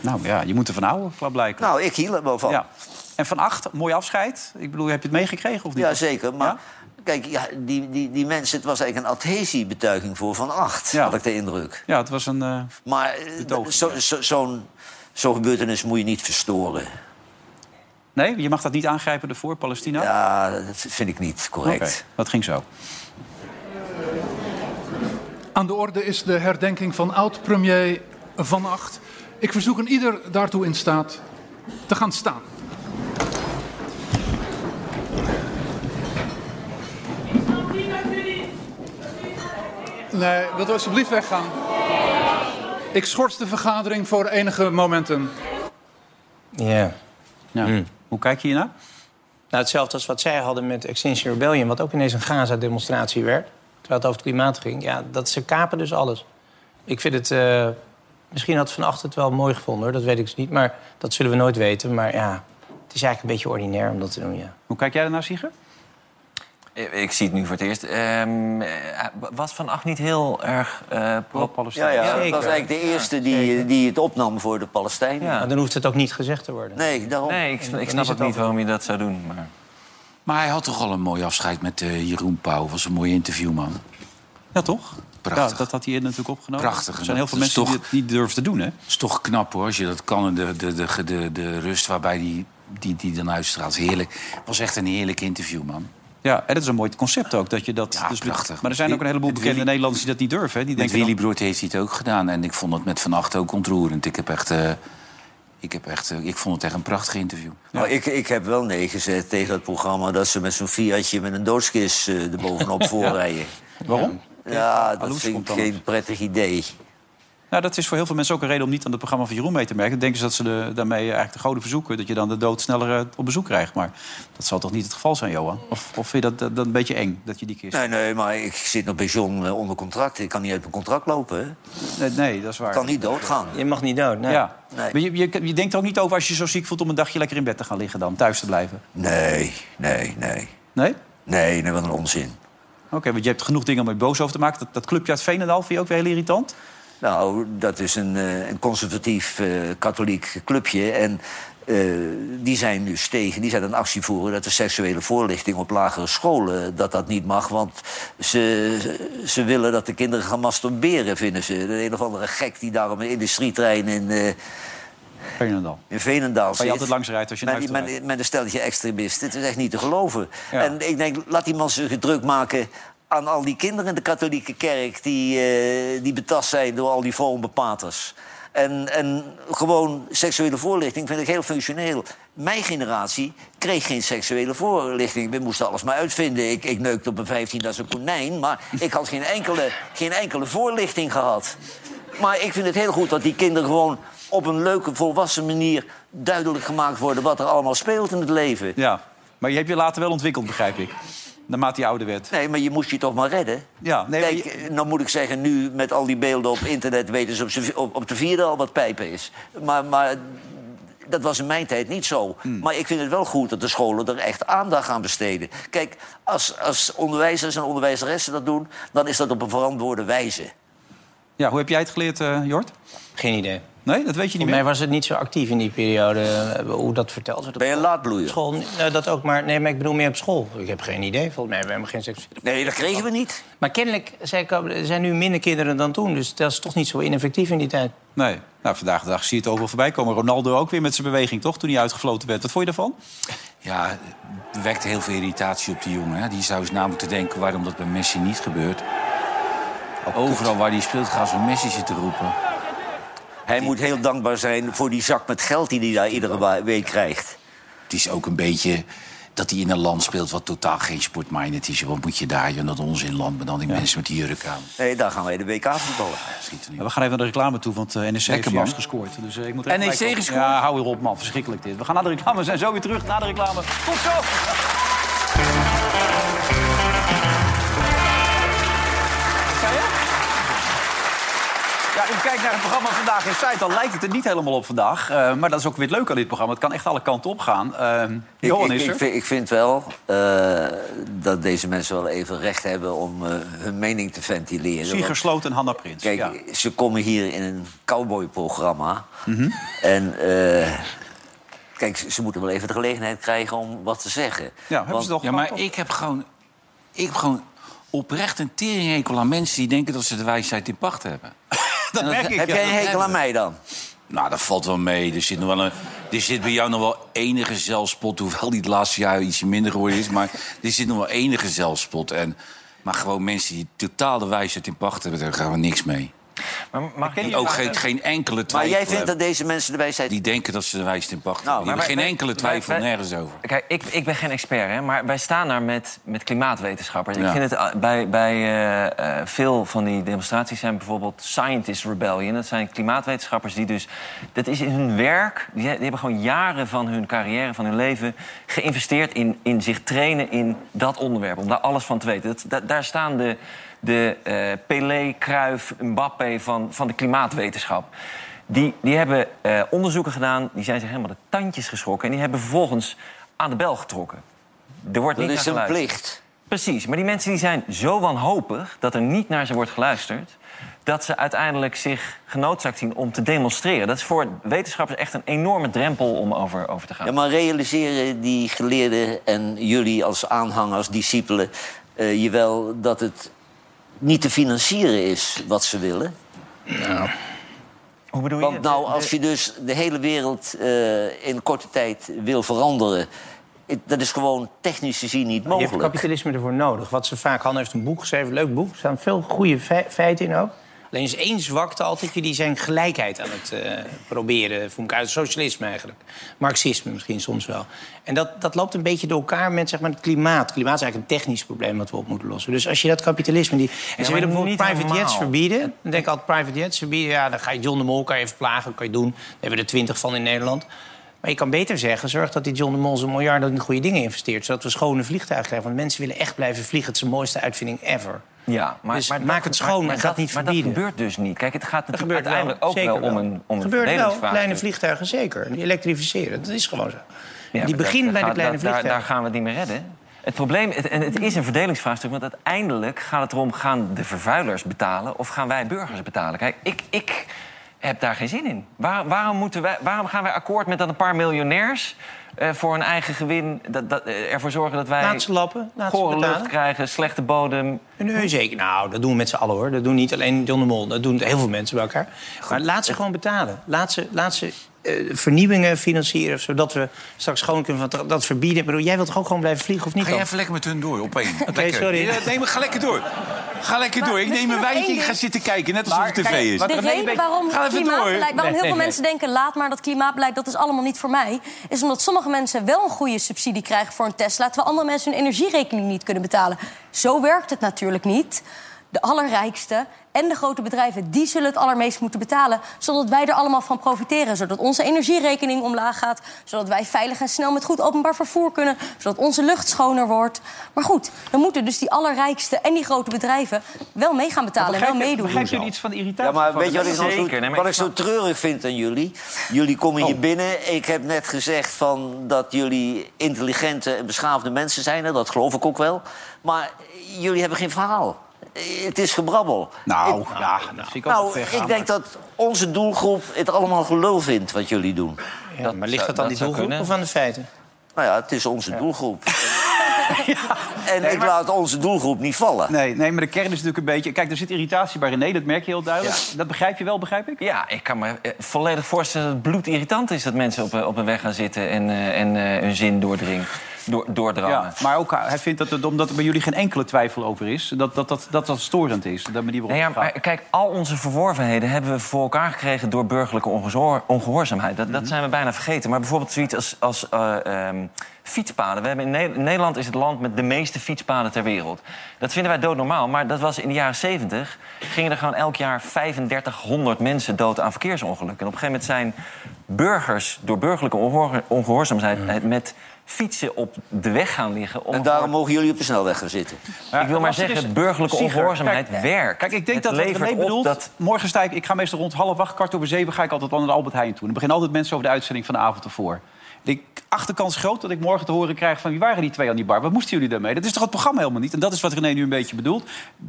A: Nou ja, je moet ervan houden, blijkbaar.
B: Nou, ik hield er wel van.
A: Ja. En van acht, mooi afscheid. Ik bedoel, heb je het meegekregen of niet?
B: Ja, zeker. Maar kijk, ja, die, die, die mensen, het was eigenlijk een adhesiebetuiging voor Van Acht, had ik de indruk.
A: Ja, het was een... eh,
B: Maar eh, zo- zo- zo'n zo'n gebeurtenis moet je niet verstoren.
A: Nee, je mag dat niet aangrijpen ervoor, Palestina?
B: Ja, dat vind ik niet correct.
A: dat ging zo.
M: Aan de orde is de herdenking van oud-premier Van Acht. Ik verzoek een ieder daartoe in staat te gaan staan. Nee, wilt u alsjeblieft weggaan? Ik schors de vergadering voor enige momenten.
F: Ja.
C: Hmm.
A: Hoe kijk je hiernaar?
F: Nou, hetzelfde als wat zij hadden met Extinction Rebellion... wat ook ineens een Gaza-demonstratie werd, terwijl het over het klimaat ging. Ja, dat ze kapen dus alles. Ik vind het... eh, misschien had Van Acht het wel mooi gevonden, hoor. Dat weet ik dus niet, maar dat zullen we nooit weten. Maar ja, het is eigenlijk een beetje ordinair om dat te doen, ja.
A: Hoe kijk jij daarnaar, Sieger?
D: Ik, ik zie het nu voor het eerst. Ehm, eh, was Van Acht niet heel erg eh
B: Ja,
D: pro-Palestina?
B: ja, dat was eigenlijk de eerste die, die het opnam voor de Palestijnen.
F: Maar dan hoeft het ook niet gezegd te worden.
B: Nee, daarom.
D: Nee, ik, ik snap ook niet waarom je dat zou doen. Maar...
C: Maar hij had toch al een mooi afscheid met eh, Jeroen Pauw. Was een mooi interview, man.
A: Ja, toch?
C: Prachtig.
A: Ja, dat had hij eerder natuurlijk opgenomen.
C: Prachtig.
A: Er zijn heel veel
C: Dat is
A: mensen die
C: toch-
A: het niet durven te doen, hè?
C: Het is toch knap hoor, als je dat kan. en De, de, de, de, de rust waarbij die, die, die dan uitstraalt. Heerlijk. Het was echt een heerlijk interview, man.
A: Ja, en dat is een mooi concept ook. Dat je dat, dus,
C: prachtig.
A: Maar er zijn ook een heleboel
C: Met
A: bekende
C: Willy-
A: Nederlanders die dat niet durven. Hè? Die
C: Met
A: denken
C: Willy Broert heeft hij het ook gedaan. En ik vond het met Van Acht ook ontroerend. Ik heb echt... eh, ik, heb echt eh, ik vond het echt een prachtig interview.
B: Nou, ik, ik heb wel nee gezegd tegen het programma dat ze met zo'n Fiatje met een doodskist eh erbovenop voorrijden.
A: Waarom?
B: Ja, dat
A: Aloes komt
B: vind ik
A: dan
B: geen prettig idee.
A: Nou, dat is voor heel veel mensen ook een reden om niet aan het programma van Jeroen mee te merken. Dan denken ze dat ze de, daarmee eigenlijk de goden verzoeken. Dat je dan de dood sneller eh, op bezoek krijgt. Maar dat zal toch niet het geval zijn, Johan? Of, of vind je dat, dat, dat een beetje eng, dat je die kist...
B: Nee, nee, maar ik zit nog bij John eh, onder contract. Ik kan niet uit mijn contract lopen. hè.
A: Nee, nee, dat is waar.
B: Ik kan niet doodgaan.
F: Je mag niet dood, nee.
A: Ja.
B: Nee.
A: Maar je, je, je denkt er ook niet over als je je zo ziek voelt om een dagje lekker in bed te gaan liggen dan. Thuis te blijven.
B: Nee, nee, nee.
A: Nee?
B: Nee, nee, wat een onzin.
A: Oké, want je hebt genoeg dingen om je boos over te maken. Dat, dat clubje uit Veenendaal vind je ook weer heel irritant?
B: Nou, dat is een, eh, een conservatief eh, katholiek clubje. En eh, die zijn nu tegen, die zijn een actie voeren dat de seksuele voorlichting op lagere scholen dat dat niet mag. Want ze, ze willen dat de kinderen gaan masturberen, vinden ze. De een of andere gek die daar op een industrietrein in, eh,
A: Veenendaal.
B: in Veenendaal zit.
A: Waar je altijd langs rijdt als je naar
B: Met,
A: huis
B: die-
A: toe
B: met, met een stelletje extremisten. Het is echt niet te geloven.
A: Ja.
B: En ik denk, laat die man zich druk maken aan al die kinderen in de katholieke kerk... die, eh, die betast zijn door al die vrome paters. En, en gewoon seksuele voorlichting vind ik heel functioneel. Mijn generatie kreeg geen seksuele voorlichting. We moesten alles maar uitvinden. Ik, ik neukte op mijn 15 als een konijn, maar ik had geen enkele, geen enkele voorlichting gehad. Maar ik vind het heel goed dat die kinderen gewoon op een leuke, volwassen manier duidelijk gemaakt worden wat er allemaal speelt in het leven.
A: Ja, maar je hebt je later wel ontwikkeld, begrijp ik. Naarmate je ouder werd.
B: Nee, maar je moest je toch maar redden.
A: Ja, nee,
B: Kijk, eh, nou moet ik zeggen, nu met al die beelden op internet weten ze op, z'n vi- op, op de vierde al wat pijpen is. Maar, maar dat was in mijn tijd niet zo.
A: Hmm.
B: Maar ik vind het wel goed dat de scholen er echt aandacht aan besteden. Kijk, als, als onderwijzers en onderwijzeressen dat doen, dan is dat op een verantwoorde wijze.
A: Ja, hoe heb jij het geleerd, eh, Jort?
F: Geen idee.
A: Nee, dat weet je niet
F: Voor mij
A: meer?
F: was het niet zo actief in die periode, eh, hoe dat verteld werd.
B: Ben je laatbloeier?
F: School, nou, dat ook, maar, nee, maar ik bedoel meer op school. Ik heb geen idee, volgens mij hebben we helemaal geen seks.
B: Nee, dat kregen we niet.
F: Maar kennelijk zei ik al, er zijn nu minder kinderen dan toen. Dus dat is toch niet zo ineffectief in die tijd.
A: Nee. Nou, vandaag de dag zie je het overal voorbij komen. Ronaldo ook weer met zijn beweging, toch? Toen hij uitgefloten werd. Wat vond je daarvan?
C: Ja, het wekt heel veel irritatie op die jongen. Hè. Die zou eens na moeten denken waarom dat bij Messi niet gebeurt. Oh, Overal waar hij speelt gaan ze Messi zitten roepen.
B: Hij moet heel dankbaar zijn voor die zak met geld die hij daar iedere wa- week krijgt.
C: Het is ook een beetje dat hij in een land speelt wat totaal geen sportminded is. Wat moet je daar, je dat onzinland, maar dan die mensen met die jurk aan.
B: Nee, daar gaan wij de WK voetballen.
A: We gaan even naar de reclame toe, want eh, NEC heeft
C: Lekker, man.
A: juist gescoord. Dus, eh, ik moet er even bij
C: NEC
A: komen.
C: gescoord?
A: Ja, hou weer op, man. Verschrikkelijk dit. We gaan naar de reclame. We zijn zo weer terug na de reclame. Tot zo! Zei je? Ja, u kijkt naar het programma Vandaag in Zuid, dan lijkt het er niet helemaal op vandaag. Eh, maar dat is ook weer het leuke aan dit programma. Het kan echt alle kanten op gaan. Ehm,
B: Ik,
A: Johan
B: ik,
A: is er.
B: ik, vind, ik vind wel eh, dat deze mensen wel even recht hebben om eh, hun mening te ventileren.
A: Sieger
B: Want,
A: Sloot en Hanna Prins.
B: Kijk,
A: ja.
B: ze komen hier in een cowboyprogramma.
A: Mhm.
B: En eh, kijk, ze ze moeten wel even de gelegenheid krijgen om wat te zeggen. Want-
C: ja, maar ik heb gewoon, ik heb gewoon oprecht een teringhekel aan mensen die denken dat ze de wijsheid in pacht hebben.
B: Dat
C: En
B: merk ik, Heb ja. jij een
C: dat
B: hekel aan
C: hebben.
B: mij dan?
C: Nou, dat valt wel mee. Er zit, nog wel een, er zit bij jou nog wel enige zelfspot. Hoewel die het laatste jaar iets minder geworden is. Maar er zit nog wel enige zelfspot. En, maar gewoon mensen die totaal de wijsheid in pacht hebben, daar gaan we niks mee.
D: Maar
C: Die ook geen, geen enkele twijfel
B: Maar jij vindt
C: hebben.
B: dat deze mensen de wijsheid...
C: Die denken dat ze de wijsheid in pacht hebben. Die
D: Nou,
C: hebben
D: maar
C: geen
D: wij-
C: enkele
D: wij-
C: twijfel,
D: wij-
C: nergens over.
D: Kijk, ik, ik ben geen expert, hè, maar wij staan daar met, met klimaatwetenschappers.
C: Ja.
D: Ik vind het eh, bij, bij eh, eh, veel van die demonstraties zijn bijvoorbeeld Scientist Rebellion. Dat zijn klimaatwetenschappers die dus... Dat is in hun werk. Die, he- die hebben gewoon jaren van hun carrière, van hun leven... geïnvesteerd in, in zich trainen in dat onderwerp. Om daar alles van te weten. Dat, da- daar staan de, de eh, Pelé, Cruyff, Mbappé van, van de klimaatwetenschap. Die, die hebben eh, onderzoeken gedaan, die zijn zich helemaal de tandjes geschrokken... en die hebben vervolgens aan de bel getrokken. Er wordt
B: Dat
D: niet
B: is
D: naar
B: een
D: geluisterd.
B: plicht.
D: Precies, maar die mensen die zijn zo wanhopig dat er niet naar ze wordt geluisterd... dat ze uiteindelijk zich genoodzaakt zien om te demonstreren. Dat is voor wetenschappers echt een enorme drempel om over, over te gaan.
B: Ja, maar realiseren die geleerden en jullie als aanhangers, discipelen... eh, je wel dat het niet te financieren is wat ze willen?
D: Hoe bedoel
B: Want nou, als je dus de hele wereld eh, in korte tijd wil veranderen... het- dat is gewoon technisch gezien niet
F: Je hebt
B: mogelijk.
F: kapitalisme ervoor nodig. Wat ze vaak... Han heeft een boek geschreven, leuk boek. Er staan veel goede fe- feiten in ook. Alleen is één zwakte altijd. Jullie zijn gelijkheid aan het eh, proberen voor elkaar. Socialisme eigenlijk. Marxisme misschien soms wel. En dat, dat loopt een beetje door elkaar met zeg maar, het klimaat. Klimaat is eigenlijk een technisch probleem dat we op moeten lossen. Dus als je dat kapitalisme... Die... En ze
D: maar
F: willen bijvoorbeeld
D: niet
F: private jets
D: helemaal.
F: verbieden. Dan denk ik altijd private jets verbieden. Ja, dan ga je John de Mol kan je verplagen, kan je doen. Daar hebben we er twintig van in Nederland. Maar je kan beter zeggen, zorg dat die John de Mol zijn miljarden in goede dingen investeert. Zodat we schone vliegtuigen krijgen. Want mensen willen echt blijven vliegen. Het is de mooiste uitvinding ever.
D: Ja, maar,
F: Dus
D: maar
F: maak het schoon en
D: maar
F: ga
D: dat-
F: het niet
D: maar
F: verbieden.
D: dat gebeurt dus niet. Kijk, het gaat
F: Dat
D: natuurlijk
F: gebeurt
D: uiteindelijk
F: wel,
D: ook
F: zeker
D: wel om een, om een
F: gebeurt wel.
D: verdelingsvraagstuk.
F: Kleine vliegtuigen zeker. Die elektrificeren, dat is gewoon zo.
D: Ja,
F: die
D: maar dat-
F: beginnen bij de
D: dat
F: kleine
D: gaat- dat-
F: vliegtuigen.
D: Daar, daar gaan we het niet meer redden. Het probleem, het, en het is een verdelingsvraagstuk, want uiteindelijk gaat het erom: gaan de vervuilers betalen of gaan wij burgers betalen? Kijk, ik, ik heb daar geen zin in. Waar- waarom, moeten wij, waarom gaan wij akkoord met dat een paar miljonairs eh, voor hun eigen gewin dat, dat, eh, ervoor zorgen dat wij
F: Laat ze lappen, laat ze
D: gore lucht
F: betalen.
D: krijgen, slechte bodem?
F: Nee, zeker. Nou, dat doen we met z'n allen hoor. Dat doen niet alleen John de Mol. Dat doen heel veel mensen bij elkaar. Maar laat ze gewoon betalen. Laat ze, laat ze eh, vernieuwingen financieren. Zodat we straks schoon kunnen van dat verbieden. Ik bedoel, jij wilt toch ook gewoon blijven vliegen of niet?
C: Ga
F: dan?
C: jij even lekker met hun door, op één.
F: Oké,
C: Lekker.
F: sorry.
C: Ja, Nee, maar ga lekker door. Ga lekker door. Ik neem
E: misschien
C: een
E: nog
C: wijntje,
E: één
C: ik ga
E: ding.
C: zitten kijken. Net alsof het tv is.
E: de reden waarom
C: Ga even door.
E: klimaatbeleid, waarom heel veel mensen denken... laat maar dat klimaatbeleid, dat is allemaal niet voor mij... is omdat sommige mensen wel een goede subsidie krijgen voor een Tesla... terwijl andere mensen hun energierekening niet kunnen betalen. Zo werkt het natuurlijk niet. De allerrijkste en de grote bedrijven, die zullen het allermeest moeten betalen... zodat wij er allemaal van profiteren. Zodat onze energierekening omlaag gaat. Zodat wij veilig en snel met goed openbaar vervoer kunnen. Zodat onze lucht schoner wordt. Maar goed, dan moeten dus die allerrijkste en die grote bedrijven... wel mee gaan betalen en wel meedoen.
A: Begrijp jullie iets van de irritatie?
B: Ja, maar
A: van
B: weet je
A: de
B: wat ik,
A: mensen?
B: zo, wat ik zo treurig vind aan jullie? Jullie komen
A: Oh.
B: hier binnen. Ik heb net gezegd van dat jullie intelligente en beschaafde mensen zijn. hè, Dat geloof ik ook wel. Maar jullie hebben geen verhaal. Eh, Het is gebrabbel.
A: Nou,
B: ik,
A: ja, dat vind ik ook wel
B: nou,
A: ver
B: ik
A: gaan,
B: denk
A: maar-
B: dat onze doelgroep het allemaal gelul vindt wat jullie doen.
F: Ja, maar ligt dat aan die doelgroep of aan de feiten?
B: Nou ja, het is onze doelgroep. En ik laat onze doelgroep niet vallen.
A: Nee, nee, maar de kern is natuurlijk een beetje... Kijk, er zit irritatie bij René, dat merk je heel duidelijk. Dat begrijp je wel, begrijp ik?
D: Ja, ik kan me eh, volledig voorstellen dat het bloedirritant is... dat mensen op, eh, op een weg gaan zitten en, eh, en eh, hun zin doordringen. door, doordrangen.
A: Ja, maar ook hij vindt dat het, omdat er bij jullie geen enkele twijfel over is, dat dat, dat, dat, dat storend is. De manier waarop
D: Nee, ja,
A: het gaat.
D: maar kijk, al onze verworvenheden hebben we voor elkaar gekregen door burgerlijke ongezoor- ongehoorzaamheid. Dat,
A: Mhm.
D: dat zijn we bijna vergeten. Maar bijvoorbeeld zoiets als, als eh, ehm, fietspaden. We hebben in Ne- Nederland is het land met de meeste fietspaden ter wereld. Dat vinden wij doodnormaal, maar dat was in de jaren 70 gingen er gewoon elk jaar 3500 mensen dood aan verkeersongelukken. En op een gegeven moment zijn burgers door burgerlijke ongehoor- ongehoorzaamheid met fietsen op de weg gaan liggen. Om
B: En daarom mogen jullie op de snelweg gaan zitten.
D: ik wil maar
A: Als er
D: zeggen,
A: is-
D: burgerlijke
A: Sieger,
D: ongehoorzaamheid
A: dus kijk,
D: werkt.
A: Kijk, ik denk
D: Het
A: dat wat
D: levert
A: René
D: op
A: bedoelt...
D: dat-
A: Morgen sta ik... Ik ga meestal rond half acht, kwart over zeven... ga ik altijd wel naar de Albert Heijn toe. Dan beginnen altijd mensen over de uitzending van de avond ervoor. En Ik, achterkans groot dat ik morgen te horen krijg van... wie waren die twee aan die bar? Wat moesten jullie daarmee? Dat is toch het programma helemaal niet? En dat is wat René nu een beetje bedoelt.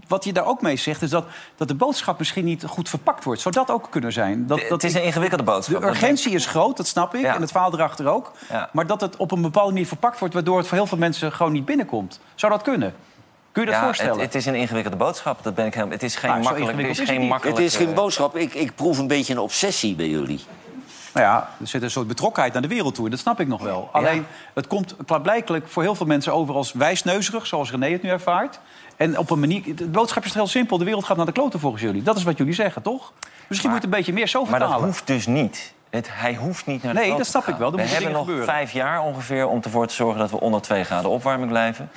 A: Wat je daar ook mee zegt, is dat, dat de boodschap misschien niet goed verpakt wordt. Zou dat ook kunnen zijn? Dat, dat
D: het is een ingewikkelde boodschap.
A: De urgentie is groot, dat snap ik. En het verhaal erachter ook.
D: Ja.
A: Maar dat het op een bepaalde manier verpakt wordt... waardoor het voor heel veel mensen gewoon niet binnenkomt. Zou dat kunnen? Kun je dat
D: ja,
A: voorstellen?
D: Het, het is een ingewikkelde boodschap. Dat ben ik helemaal. Het is geen
A: Nou, zo
D: makkelijk. Het is
A: ingewikkeld is het
D: geen
A: niet.
D: makkelijk. eh,
B: Het is geen boodschap. Ik, ik proef een beetje een obsessie bij jullie.
A: Nou ja, er zit een soort betrokkenheid naar de wereld toe. en Dat snap ik nog wel. Alleen, het komt klaarblijkelijk voor heel veel mensen over als wijsneuzerig... zoals René het nu ervaart. En op een manier... De boodschap is heel simpel. De wereld gaat naar de kloten volgens jullie. Dat is wat jullie zeggen, toch? Misschien moet het een beetje meer zo
D: maar
A: vertalen.
D: dat hoeft dus niet. Het, hij hoeft niet naar de
A: Nee,
D: kloot
A: dat
D: te
A: snap
D: gaan.
A: ik wel. Er
D: We
A: moeten
D: hebben nog
A: dingen gebeuren.
D: vijf jaar ongeveer om ervoor te zorgen dat we onder twee graden opwarming blijven.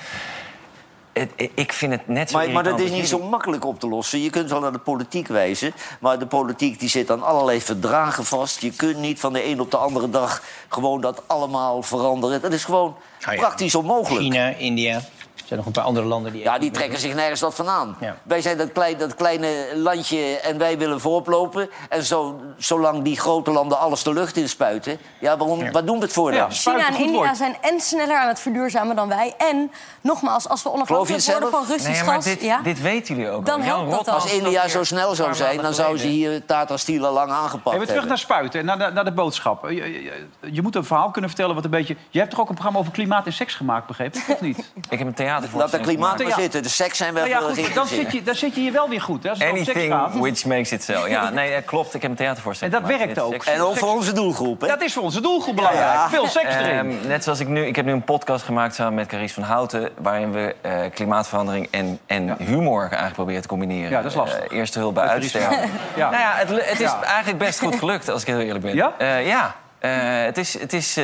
D: Het- ik- ik vind het net zo.
B: Maar, maar dat
D: irritant
B: is niet
D: als
B: zo makkelijk op te lossen. Je kunt wel naar de politiek wijzen. Maar de politiek die zit aan allerlei verdragen vast. Je kunt niet van de een op de andere dag gewoon dat allemaal veranderen. Dat is gewoon
A: Ah,
B: praktisch onmogelijk.
F: China, India. Er zijn nog een paar andere landen die...
B: Ja, die trekken zich nergens dat van aan.
F: Ja.
B: Wij zijn dat, klein, dat kleine landje en wij willen vooroplopen. En zo, zolang die grote landen alles de lucht inspuiten... Ja, waarom, wat doen we het voor dan?
E: China en India zijn en sneller aan het verduurzamen dan wij. En nogmaals, als we
B: Geloof je
E: onafhankelijk
B: het
E: worden
B: zelf?
E: van Russisch
D: Nee, maar
E: gas...
D: dit-
E: ja?
D: dit weten jullie ook.
E: Dan
D: al.
E: helpt dat
D: Roth
E: al.
D: was
B: Als
D: dat
B: India
D: weer
B: zo snel zou
D: een paar
B: zijn, dan
D: maanden
B: zouden ze
D: geleden.
B: hier Tata Steel al lang aangepakt
A: Hey, maar terug
B: hebben.
A: naar spuiten en naar de, naar de boodschap. Je, je- je moet een verhaal kunnen vertellen wat een beetje... Je hebt toch ook een programma over klimaat en seks gemaakt, begreep ik? Of niet?
D: Ik heb een theater
B: Laat de klimaat maar
A: Ja.
B: zitten. De seks zijn wel
A: Nou ja,
B: veel
A: goed, dan zit, je, dan zit je hier wel weer goed. Hè, als het over seks gaat.
D: Anything which makes it so. Ja, nee, eh, klopt. Ik heb een theatervoorstelling.
A: En dat
D: gemaakt.
A: werkt
D: Dit
A: ook.
D: is-
B: En ook voor onze doelgroep, hè?
A: Dat is voor onze doelgroep belangrijk.
D: Ja.
A: Veel seks erin.
D: Ehm, net zoals ik nu, ik heb nu een podcast gemaakt samen met Carice van Houten, waarin we eh, klimaatverandering en, en humor eigenlijk proberen te combineren.
A: Ja, dat is lastig.
D: Eh, eerste hulp bij uitsterven.
A: Ja.
D: Nou ja, het, lu- het is eigenlijk best goed gelukt, als ik heel eerlijk ben.
A: Ja?
D: Eh, ja. Eh, het is. Het is eh,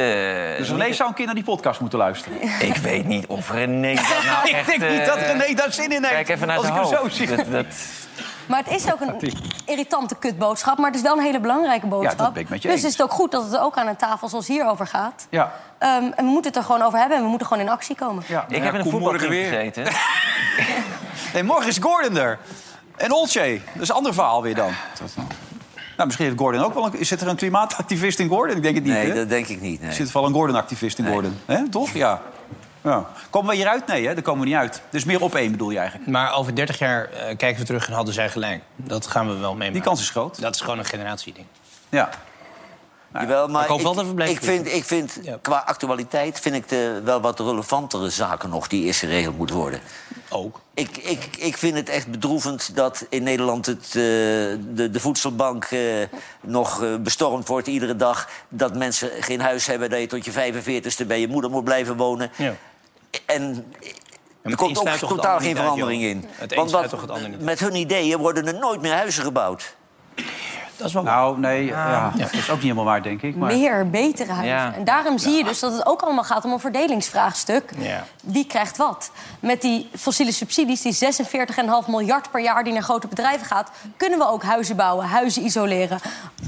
A: Dus René
D: niet-
A: zou een keer naar die podcast moeten luisteren.
D: Ik weet niet of René. dat nou echt, eh,
A: daar zin in
D: Kijk even naar
A: als
D: zijn
A: ik hem zo
D: hoofd.
A: zie.
D: Dat- dat-
E: Maar het is ook een irritante kutboodschap, maar het is wel een hele belangrijke boodschap.
A: dat ben ik met je
E: dus
A: eens.
E: is het ook goed dat het ook aan een tafel zoals hier over gaat.
A: Ja.
E: Ehm, en we moeten het er gewoon over hebben en we moeten gewoon in actie komen.
D: ik heb in
A: kom
D: een voetbalteam
A: morgen weer.
D: gezeten.
A: Nee, morgen is Gordon er. En Olcay. Dat is een ander verhaal weer dan. Nou, misschien heeft Gordon ook wel een... Zit er een klimaatactivist in Gordon? Ik denk het niet,
B: Nee,
A: hè?
B: dat denk ik niet.
A: Er
B: Nee.
A: zit wel een Gordon-activist in Gordon. Hè? Toch? Ja. ja. Komen we hieruit? Nee, hè? daar komen we niet uit. Dus meer op één bedoel je eigenlijk.
F: Maar over 30 jaar eh, kijken we terug en hadden zij gelijk. Dat gaan we wel meemaken.
A: Die kans is groot.
F: Dat is gewoon een generatieding.
A: Ja.
B: Jawel, maar
F: Ik hoop wel dat we blijven
B: ik vind, ik vind qua actualiteit vind ik de, wel wat relevantere zaken nog die eerst geregeld moeten worden.
F: Ook.
B: Ik, ik, ik vind het echt bedroevend dat in Nederland het, eh, de, de voedselbank eh, nog eh, bestormd wordt iedere dag. Dat mensen geen huis hebben, dat je tot je 45ste bij je moeder moet blijven wonen.
F: Ja.
B: En
F: maar
B: er
F: het een
B: komt ook
F: sluit toch het
B: totaal geen
F: ander niet uit,
B: verandering
F: joh.
B: in.
F: Het een
B: Want wat-
F: sluit toch het ander niet
B: met hun ideeën worden er nooit meer huizen gebouwd.
F: Dat is wel
A: Nou, nee. Ja. Dat is ook niet helemaal waar, denk ik. Maar...
E: Meer, betere huizen.
A: Ja.
E: En daarom zie je dus dat het ook allemaal gaat om een verdelingsvraagstuk.
A: Ja.
E: Wie krijgt wat? Met die fossiele subsidies, die 46,5 miljard per jaar die naar grote bedrijven gaat... kunnen we ook huizen bouwen, huizen isoleren,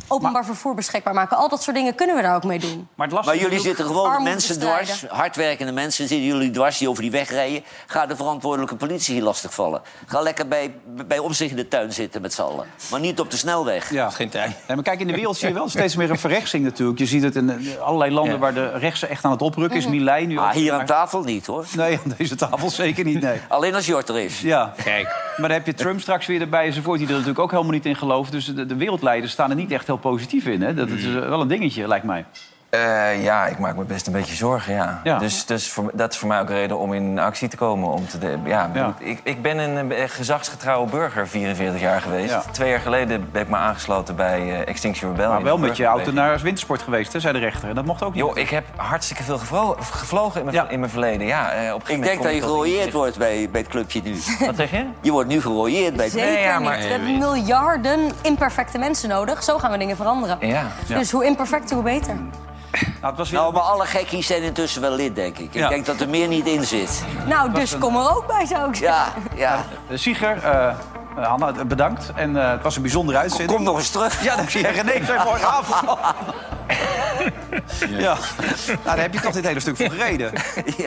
E: openbaar vervoer beschikbaar maken. Al dat soort dingen kunnen we daar ook mee doen.
A: Maar, het
B: Maar
A: lastige
B: jullie
A: is
B: zitten
A: ook-
B: gewoon
E: Armoede
B: mensen
E: bestrijden.
B: dwars, hardwerkende mensen zitten jullie dwars die over die weg rijden. Ga de verantwoordelijke politie hier lastigvallen. Ga lekker bij, bij omzicht in de tuin zitten met z'n allen. Maar niet op de snelweg.
A: Ja.
F: Geen tijd.
A: Nee, maar kijk, in de wereld zie je wel steeds meer een verrechtsing natuurlijk. Je ziet het in eh, allerlei landen waar de rechtse echt aan het oprukken is. Milijn nu
B: Ah,
A: ook.
B: hier aan
A: Maar-
B: tafel niet hoor.
A: Nee, aan deze tafel zeker niet, nee.
B: Alleen als Jort er is.
A: Ja,
F: Kijk.
A: maar dan heb je Trump straks weer erbij enzovoort... die er natuurlijk
B: Mm.
A: ook helemaal niet in gelooft. Dus de, de wereldleiders staan er niet echt heel positief in. Hè? Dat is eh, wel een dingetje, lijkt mij.
D: Eh, ja, ik maak me best een beetje zorgen, ja.
A: Ja.
D: Dus, dus voor, dat is voor mij ook een reden om in actie te komen. Om te de- ja, ik bedoel, Ik, ik ben een eh, gezagsgetrouwe burger, 44 jaar geweest.
A: Ja.
D: Twee jaar geleden ben ik me aangesloten bij eh, Extinction Rebellion.
A: Maar wel met je auto
D: burgerbeweging.
A: naar wintersport geweest, hè, zei de rechter. En dat mocht ook niet.
D: Joh, ik heb hartstikke veel gevro- vevlogen in mijn, in mijn verleden. Ja, eh, op een gegeven
B: Ik
D: moment
B: denk
D: kom
B: dat je
D: tot
B: gerooieerd
D: inzicht.
B: wordt bij, bij het clubje nu.
D: Wat zeg je?
B: Je wordt nu gerooieerd bij het
E: Zeker niet. We hebben miljarden imperfecte mensen nodig. Zo gaan we dingen veranderen.
B: Ja. Ja.
E: Dus hoe imperfecter, hoe beter.
B: Nou, maar alle gekkies zijn intussen wel lid, denk ik. Ik denk dat er meer niet in zit.
E: Nou, dus kom er ook bij, zou ik zeggen.
B: Ja.
A: Eh, Sieger, eh, eh, Hanna, eh, bedankt. En eh, het was een bijzondere uitzending.
B: Kom nog eens terug.
A: Ja, dat zeggen nee, ik zei morgenavond al. Ja. Nou, daar heb je toch dit hele stuk voor gereden.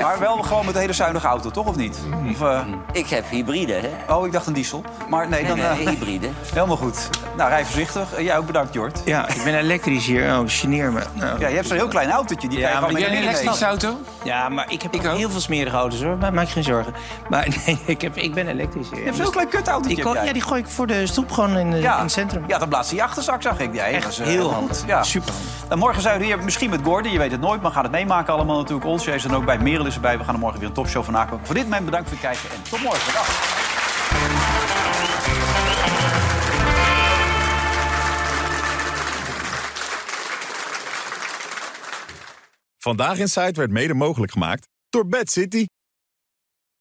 A: Maar wel gewoon met een hele zuinige auto, toch? Of niet? Of, eh,
F: Mm.
B: Ik heb hybride, hè?
A: Oh, ik dacht een diesel. Maar nee,
B: Nee,
A: dan...
B: nee,
A: eh,
B: hybride.
A: Helemaal goed. Nou, rij voorzichtig. En jij ook bedankt, Jort.
F: Ja, ik ben elektrisch hier. Oh, geneer me. Nou.
A: Ja, je hebt zo'n heel klein autootje. Die kan je gewoon mee naar binnen nemen.
F: Ja, maar ik heb ook heel veel smerige auto's hoor. Maar maak je geen zorgen. Maar nee, ik, heb, ik ben elektrisch. Je
A: hebt zo'n klein kutautootje,
F: Die
A: heb jij.
F: ja, die gooi ik voor de stoep gewoon in, de-
A: Ja.
F: in het centrum.
A: Ja, dan blaast hij je achterzak, zag ik. Ja,
F: Echt
A: dat is, eh,
F: heel
A: goed.
F: handig.
A: Ja.
F: Super
A: En morgen zijn we hier misschien met Gordon. Je weet het nooit, maar gaat het meemaken allemaal natuurlijk. Ons is er ook bij. Merel is erbij. We gaan er morgen weer een topshow van maken. Voor dit moment bedankt voor het kijken en tot morgen. Dag.
N: Vandaag in Site werd mede mogelijk gemaakt door Bad City.